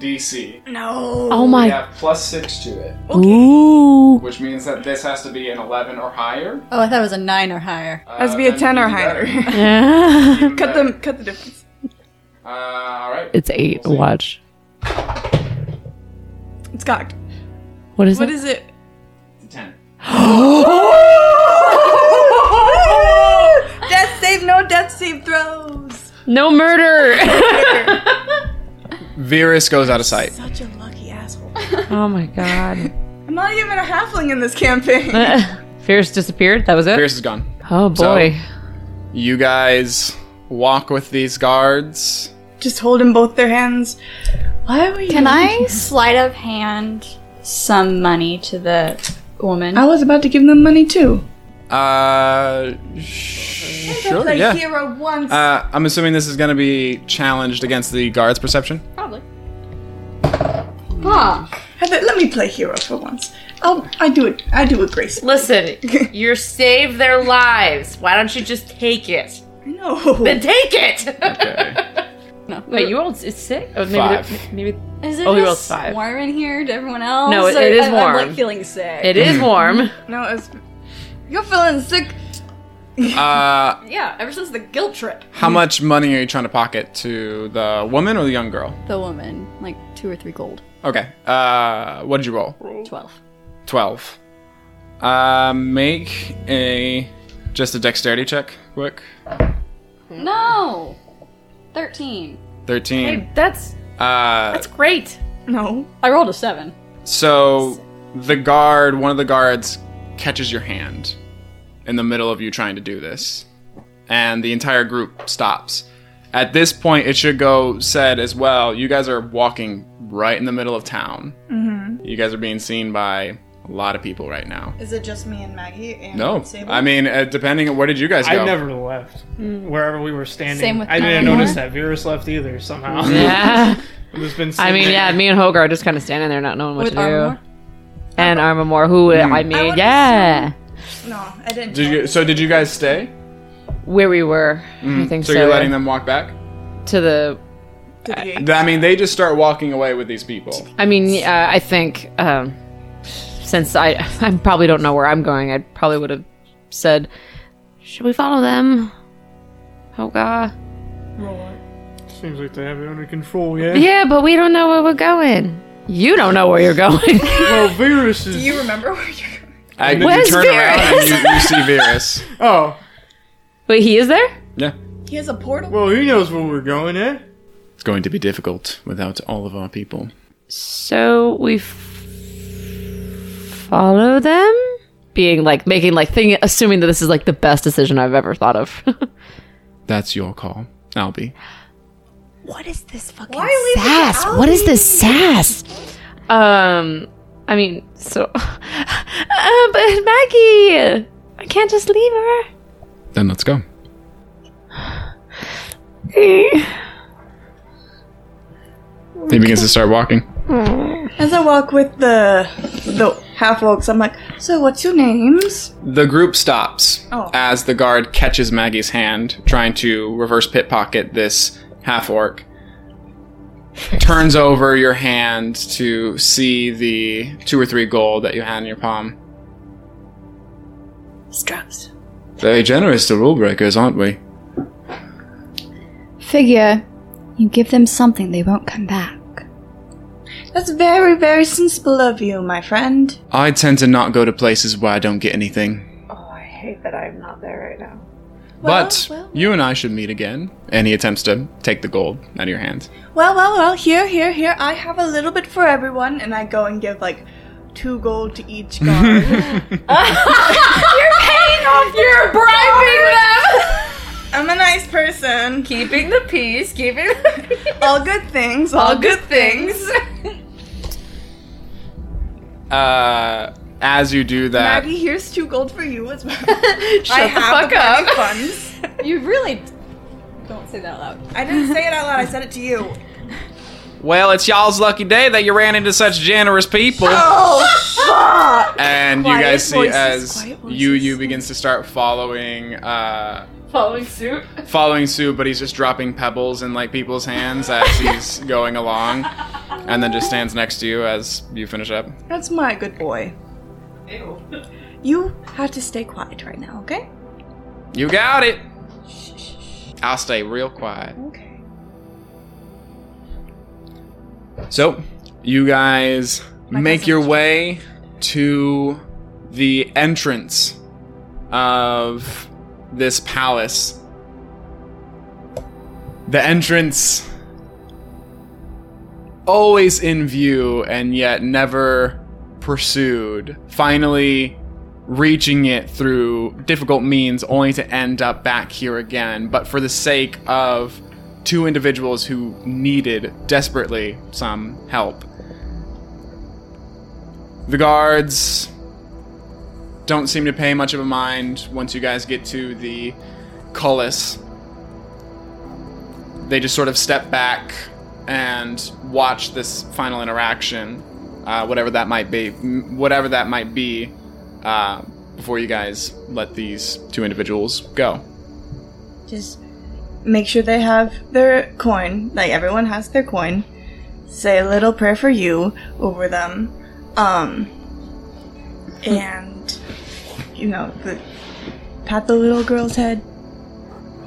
DC.
No.
Oh
We
my.
have plus 6 to it,
Ooh.
which means that this has to be an 11 or higher.
Oh, I thought it was a nine or higher.
Uh,
Has to be a
then
10 or
even better.
higher.
Yeah.
Even
cut,
better.
the, cut the difference.
Uh, Alright.
It's eight.
We'll see.
Watch.
It's cocked.
What is
What
it?
is it?
It's a 10.
death save, no death save throws.
No murder.
Virus goes out of sight.
Such a lucky asshole.
oh my god.
I'm not even a halfling in this campaign.
Fierce disappeared. That was it.
Virus is gone.
Oh boy.
You guys walk with these guards.
Just holding both their hands. Why were you?
Can I?
Sleight of hand some money to the woman.
Oh.
I was about to give them money too.
Uh, sh- sure,
Play
yeah.
hero once.
Uh, I'm assuming this is going to be challenged against the guard's perception.
Probably. Fuck.
Heather, let me play hero for once. Oh, I do it. I do it gracefully.
Listen, you saved their lives. Why don't you just take it?
I know.
take it.
Okay.
No.
Wait, you rolled it's six? Oh, maybe
Five.
maybe
Is it
Oh, he
just
rolled five.
warm in here to everyone else?
No, it-
Or-
it is
I-
warm.
I'm like feeling sick.
it is warm.
No, it's
You're feeling sick.
Uh,
Yeah, ever since the guilt trip.
how much money are you trying to pocket to the woman or the young girl?
The woman, like two or three gold.
Okay. Uh, what did you roll?
Twelve.
Twelve. Uh, make a just a dexterity check, quick.
No. Thirteen.
13.
Hey, that's
uh,
that's great.
No,
I rolled a seven.
So the guard, one of the guards, catches your hand in the middle of you trying to do this, and the entire group stops. At this point, it should go said as well. You guys are walking right in the middle of town.
Mm-hmm.
You guys are being seen by a lot of people right now.
Is it just me and Maggie? And
No,
Sable?
I mean, uh, depending on where did you guys go?
I never left.
Mm.
Wherever we were standing,
Same with
I didn't
Malamar.
notice that Virus left either somehow.
Yeah.
Who's been
Mm-hmm. I mean,
sitting
yeah,
there.
me and Hogar are just kind of standing there, not knowing what
With
to do.
Armamore?
And Armamore, who uh, I mean, yeah,
no, I didn't.
Did you, so did you guys stay?
where we were. I
Mm,
think
so
so.
you're letting them walk back?
to the.
I mean, they just start walking away with these people.
I mean, uh, I think um, since I I probably don't know where I'm going, I probably would have said, "Should we follow them?" Oh, Hogar.
Seems like they have it under control. Yeah.
Yeah, but we don't know where we're going. You don't know where you're going.
well, Virus is.
Do you remember where you?
And
Where's
you turn around and
Varys?
you, you see Virus.
Oh.
Wait, he is there?
Yeah.
He has a portal.
Well, he knows where we're going, eh?
It's going to be difficult without all of our people.
So we f- follow them, being like making like thing, assuming that this is like the best decision I've ever thought of.
That's your call, Albie.
what is this fucking
Why leave
sass?
the
What is
alley?
this sass? Um, I mean, so, uh, but Maggie, I can't just leave her.
Then let's go. He begins to start walking.
As I walk with the the half orcs, I'm like, so what's your names?
The group stops
Oh.
as the guard catches Maggie's hand, trying to reverse pickpocket this half orc. Turns over your hand to see the two or three gold that you had in your palm.
Strokes.
Very generous to rule breakers, aren't we?
Figure, you give them something, they won't come back.
That's very very sensible of you, my friend.
I tend to not go to places where I don't get anything.
Oh, I hate that I'm not there right now.
but you and I should meet again. And he attempts to take the gold out of your hands.
Well, well, well. Here, here, here. I have a little bit for everyone, and I go and give like two gold to each guard.
You're paying off. You're bribing them.
I'm a nice person.
Keeping the peace. Keeping the
All good things.
all good things.
Uh, as you do that,
Maggie, here's two gold for you as well.
Shut
I
the
have
fuck up.
party funds.
You really don't say that loud.
I didn't say it out loud. I said it to you.
well, it's y'all's lucky day that you ran into such generous people.
Oh fuck!
and you
Oh, Quiet
guys see
voices,
as
quiet voices.
you you begins to start following uh
Following suit.
following Sue, but he's just dropping pebbles in like people's hands as he's going along, and then just stands next to you as you finish up.
That's my good boy. You have to stay quiet right now, okay?
You got it. I'll stay real quiet.
Okay.
So, you guys make your way to the entrance of this palace. The entrance always in view and yet never pursued. Finally reaching it through difficult means only to end up back here again, but for the sake of two individuals who needed desperately some help. The guards don't seem to pay much of a mind once you guys get to the cullis. They just sort of step back and watch this final interaction, uh, whatever that might be, m- whatever that might be, uh, before you guys let these two individuals go.
Just make sure they have their coin. Like everyone has their coin. Say a little prayer for you over them. Um and you know, the, pat the little girl's head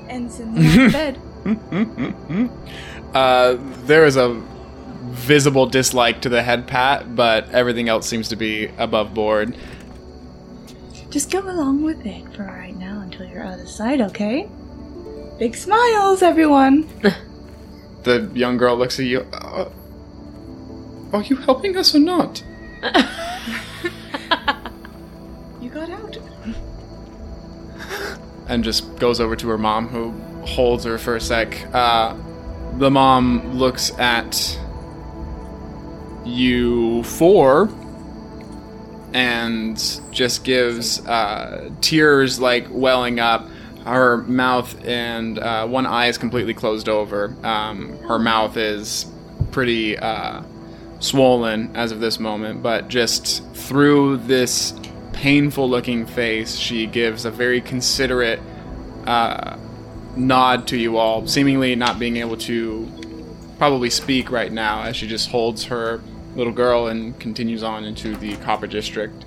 and send them back to bed.
Uh, there is a visible dislike to the head pat, but everything else seems to be above board.
Just go along with it for right now until you're out of sight, okay? Big smiles, everyone.
The young girl looks at you. Uh, are you helping us or not?
You got out.
and just goes over to her mom, who holds her for a sec. Uh, the mom looks at you four and just gives uh, tears like welling up. Her mouth and uh, one eye is completely closed over. Um, her mouth is pretty uh, swollen as of this moment, but just through this painful looking face, she gives a very considerate uh, nod to you all, seemingly not being able to probably speak right now as she just holds her little girl and continues on into the copper district.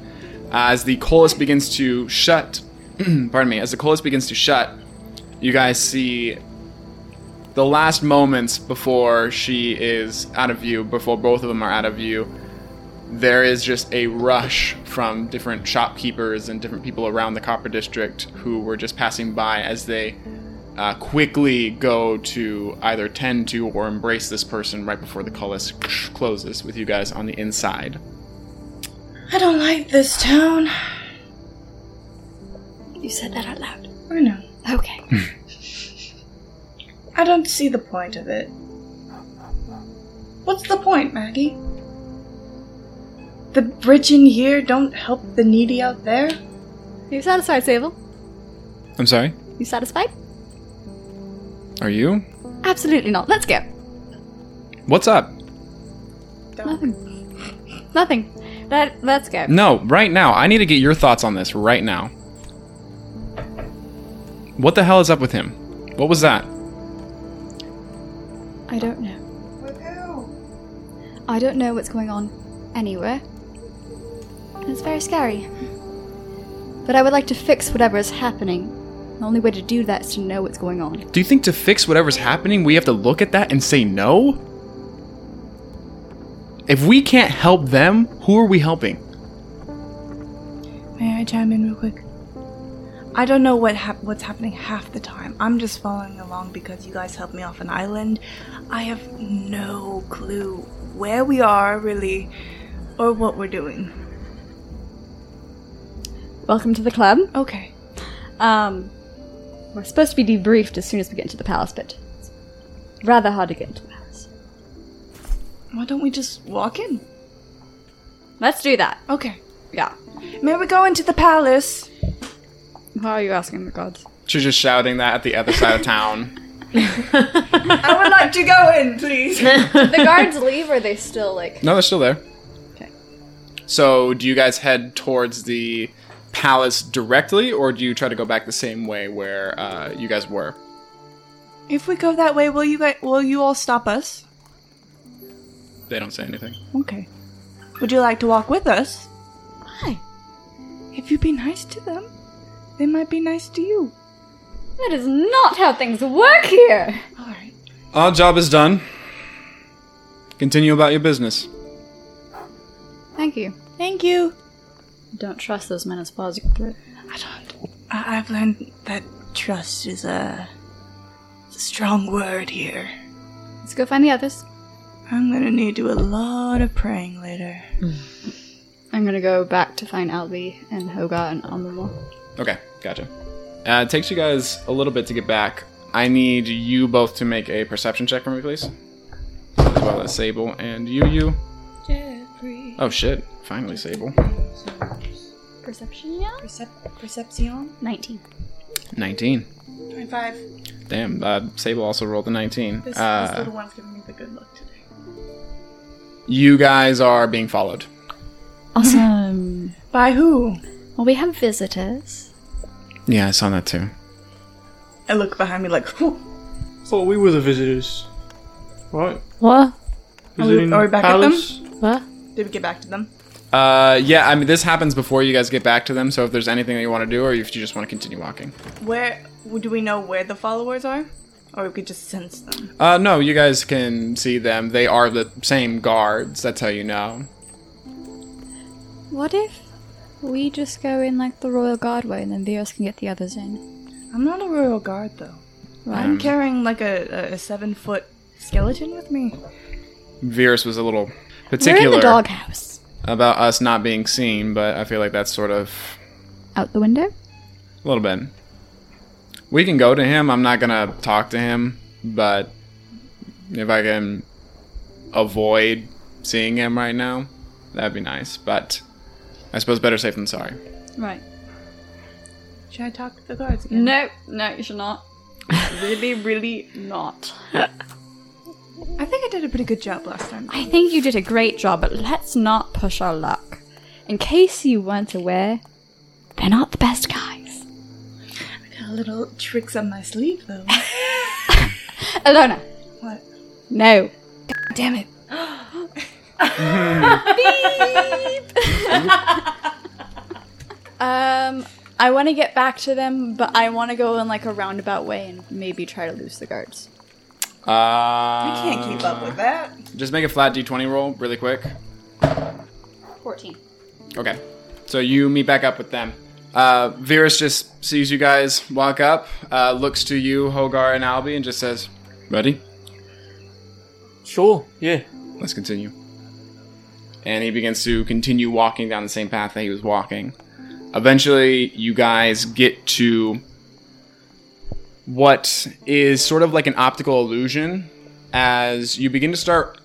Uh, As the colas begins to shut, pardon me, as the colas begins to shut, you guys see the last moments before she is out of view, before both of them are out of view, there is just a rush from different shopkeepers and different people around the copper district who were just passing by as they uh, quickly go to either tend to or embrace this person right before the cullis closes with you guys on the inside.
I don't like this town.
You said that out loud.
I know.
Okay.
I don't see the point of it. What's the point, Maggie? The rich in here don't help the needy out there?
Are you satisfied, Sable?
I'm sorry,
You satisfied?
are you?
Absolutely not. Let's go.
What's up?
Nothing. Nothing. Let, let's go.
No, right now. I need to get your thoughts on this right now. What the hell is up with him? What was that?
I don't know. I don't know what's going on anywhere. It's very scary. But I would like to fix whatever is happening. The only way to do that is to know what's going on.
Do you think to fix whatever's happening, we have to look at that and say no? If we can't help them, who are we helping?
May I chime in real quick?
I don't know what hap- what's happening half the time. I'm just following along because you guys helped me off an island. I have no clue where we are really or what we're doing.
Welcome to the club.
Okay.
Um, we're supposed to be debriefed as soon as we get into the palace, but it's rather hard to get into the palace.
Why don't we just walk in?
Let's do that.
Okay.
Yeah.
May we go into the palace?
Why are you asking the gods?
She's just shouting that at the other side of town.
I would like to go in, please.
the
guards leave, or are they still like?
No, they're still there.
Okay.
So, do you guys head towards the palace directly, or do you try to go back the same way where uh, you guys were?
If we go that way, will you guys will you all stop us?
They don't say anything.
Okay. Would you like to walk with us?
Why?
If you be nice to them, they might be nice to you.
That is not how things work here.
All right.
Our job is done. Continue about your business.
Thank you.
Thank you.
Don't trust those men as far as you can throw.
I don't. I- I've learned that trust is a, it's a strong word here.
Let's go find the others.
I'm gonna need to do a lot of praying later.
I'm gonna go back to find Albie and Hogar and Amamor.
Okay, gotcha. Uh, it takes you guys a little bit to get back. I need you both to make a perception check for me, please. As well as Sable and you, you.
Jeffrey.
Oh shit! Finally, Sable.
Perception, yeah?
Percep- perception?
19.
Nineteen.
25.
Damn. Uh, Sable also rolled a nineteen.
This, this
Uh,
little one's giving me the good look today.
you guys are being followed.
Awesome.
By who?
well, we have visitors.
Yeah, I saw that too.
I look behind me like, who?
Thought we were the visitors. Right?
What?
Are we-
Visiting
are we back at them?
palace?
What?
Did we get back to them?
Uh, yeah. I mean, this happens before you guys get back to them. So if there's anything that you want to do, or if you just want to continue walking.
Where do we know where the followers are? Or we could just sense them.
Uh, no, you guys can see them. They are the same guards. That's how you know.
What if we just go in like the royal guard way and then the others can get the others in?
I'm not a royal guard though.
Right.
I'm carrying like a, a, a seven foot
skeleton with me?
Verus was a little
We're
particular
in the doghouse.
about us not being seen, but I feel like that's sort of
Out the window?
a little bit. We can go to him. I'm not gonna talk to him, but if I can avoid seeing him right now, that'd be nice. But I suppose better safe than sorry.
Right.
Should I talk to the guards again?
No, no, you should not. really, really not.
I think I did a pretty good job last time.
I think you did a great job, but let's not push our luck. In case you weren't aware, they're not the best guys.
Got little tricks on my sleeve though.
Alona,
what?
no.
Damn it.
Um, I want to get back to them, but I want to go in like a roundabout way and maybe try to lose the guards.
Uh, I
Can't keep up with that.
Um, Just make a flat d20 roll really quick.
14.
Okay. So you meet back up with them. Uh, Virus just sees you guys walk up, uh, looks to you, Hogar, and Albi, and just says, Ready?
Sure, yeah.
Let's continue. And he begins to continue walking down the same path that he was walking. Eventually, you guys get to what is sort of like an optical illusion as you begin to start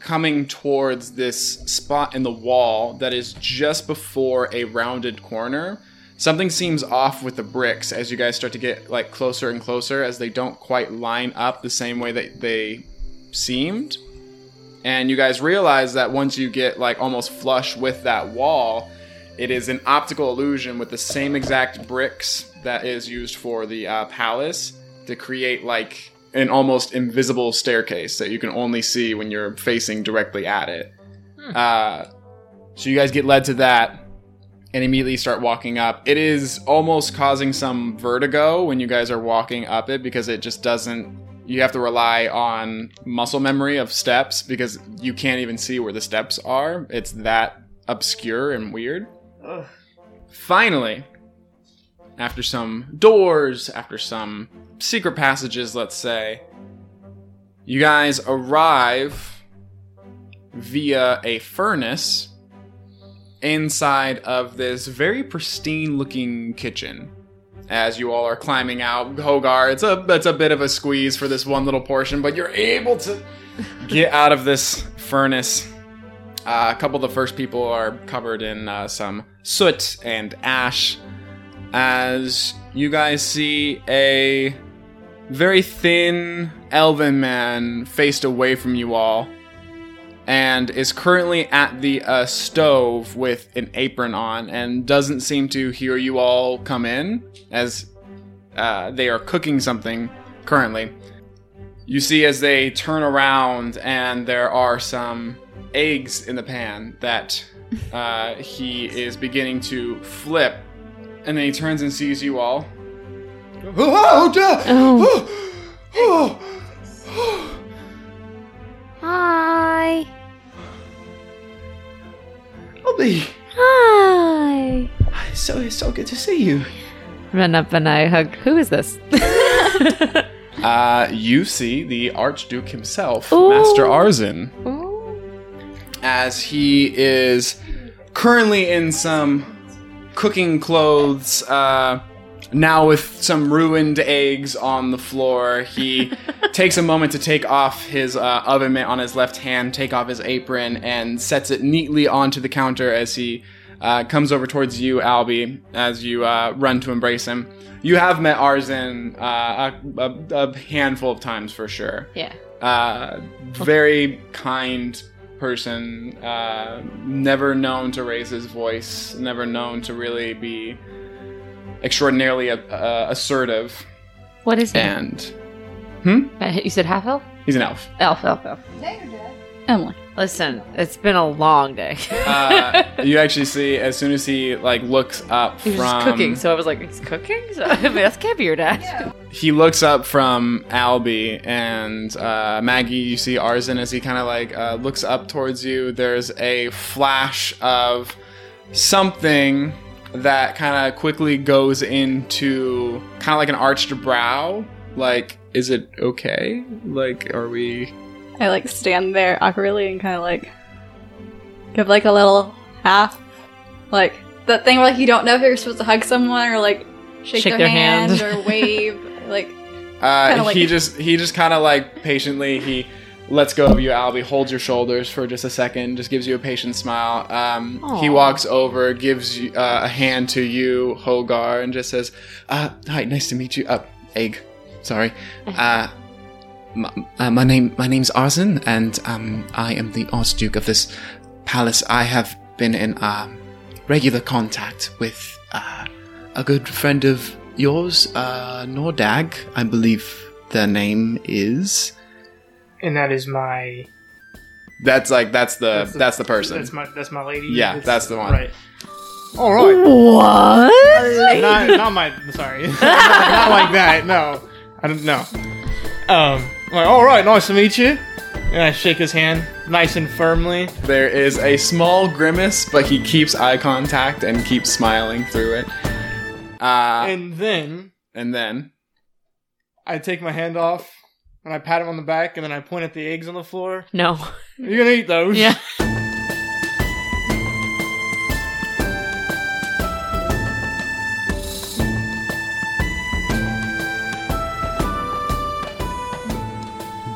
coming towards this spot in the wall that is just before a rounded corner. Something seems off with the bricks as you guys start to get like closer and closer as they don't quite line up the same way that they seemed. And you guys realize that once you get like almost flush with that wall, it is an optical illusion with the same exact bricks that is used for the uh, palace to create like an almost invisible staircase that you can only see when you're facing directly at it. Uh, so you guys get led to that and immediately start walking up. It is almost causing some vertigo when you guys are walking up it because it just doesn't. You have to rely on muscle memory of steps because you can't even see where the steps are. It's that obscure and weird. Finally, after some doors, after some secret passages, let's say, you guys arrive via a furnace inside of this very pristine looking kitchen. As you all are climbing out, Hogar, it's a it's a bit of a squeeze for this one little portion, but you're able to get out of this furnace. Uh, a couple of the first people are covered in uh, some soot and ash. As you guys see a very thin elven man faced away from you all and is currently at the uh, stove with an apron on and doesn't seem to hear you all come in as uh, they are cooking something currently. You see as they turn around and there are some eggs in the pan that uh, he is beginning to flip, and then he turns and sees you all. Oh, duh!
Oh.
Oh.
Hi.
Albie,
Hi.
it's so it's so good to see you.
Run up and I hug. Who is this?
Uh, you see the Archduke himself, Master Arzin, as he is currently in some cooking clothes. Uh, now with some ruined eggs on the floor, he takes a moment to take off his uh, oven mitt on his left hand, take off his apron, and sets it neatly onto the counter as he uh, comes over towards you, Albie, as you uh, run to embrace him. You have met Arzin uh, a, a, a handful of times for sure.
yeah.
Uh, very kind person, uh, never known to raise his voice, never known to really be extraordinarily uh, assertive.
What is he?
And
Uh, You said half elf?
he's an elf.
Elf, elf, elf.
Emily.
Listen, it's been a long day.
Uh, you actually see as soon as he like looks up
he was
from
just cooking, so I was like, "He's cooking." So I mean, that can't be your dad.
he looks up from Albie and uh, Maggie. You see Arzin as he kind of like uh, looks up towards you. There's a flash of something that kind of quickly goes into kind of like an arched brow Like, is it okay? Like, are we?
I like stand there awkwardly and kind of like give like a little half, like that thing where like you don't know if you're supposed to hug someone or like shake,
Shake
their,
their
hand,
hand.
or wave. Like
Uh,
Kinda like-
he just he just kind of like patiently he lets go of you, Albie. Holds your shoulders for just a second. Just gives you a patient smile. Um, he
Aw.
walks over, gives you, uh, a hand to you, Hogar, and just says, uh, "Hi, nice to meet you." Uh, egg, sorry. Uh, my, uh, my name my name's Arzen, and um, I am the Archduke of this palace. I have been in um, regular contact with uh, a good friend of yours, uh, Nordag, I believe their name is.
And that is my.
That's like that's the that's the, person.
That's my that's my lady.
yeah,
It's-
that's the one.
Right. All right.
What?
Not, not my. Sorry. not like that. No. I don't know. Um. I'm like, all right. Nice to meet you. And I shake his hand nice and firmly.
There is a small grimace, but he keeps eye contact and keeps smiling through it. Uh, and,
And then
then
I take my hand off and I pat him on the back and then I point at the eggs on the floor.
No.
You're gonna eat those.
Yeah.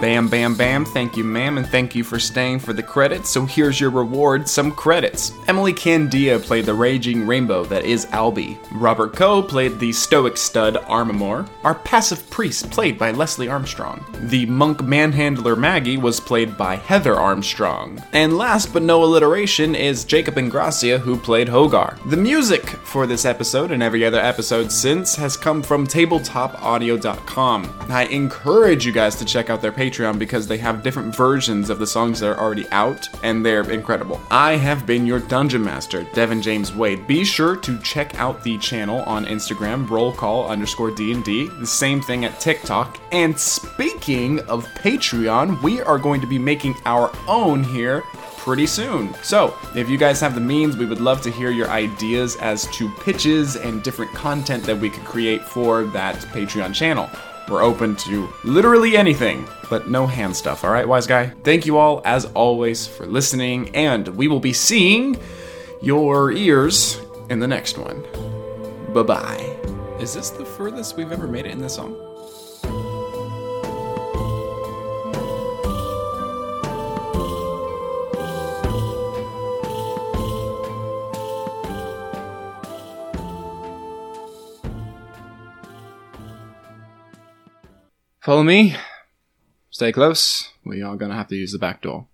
Bam, bam, bam. Thank you, ma'am, and thank you for staying for the credits. So here's your reward some credits. Emily Candia played the Raging Rainbow, that is Albie. Robert Coe played the Stoic Stud Armamore. Our passive priest, played by Leslie Armstrong. The monk manhandler Maggie was played by Heather Armstrong. And last but no alliteration is Jacob Ingracia, who played Hogar. The music for this episode and every other episode since has come from tabletopaudio.com. I encourage you guys to check out their Patreon because they have different versions of the songs that are already out and they're incredible. I have been your dungeon master, Devin James Wade. Be sure to check out the channel on Instagram, roll call underscore D&D, the same thing at TikTok. And speaking of Patreon, we are going to be making our own here pretty soon. So, if you guys have the means, we would love to hear your ideas as to pitches and different content that we could create for that Patreon channel. We're open to literally anything, but no hand stuff, all right, wise guy? Thank you all, as always, for listening, and we will be seeing your ears in the next one. Bye bye. Is this the furthest we've ever made it in this song?
follow me. Stay close. We are gonna have to use the back door.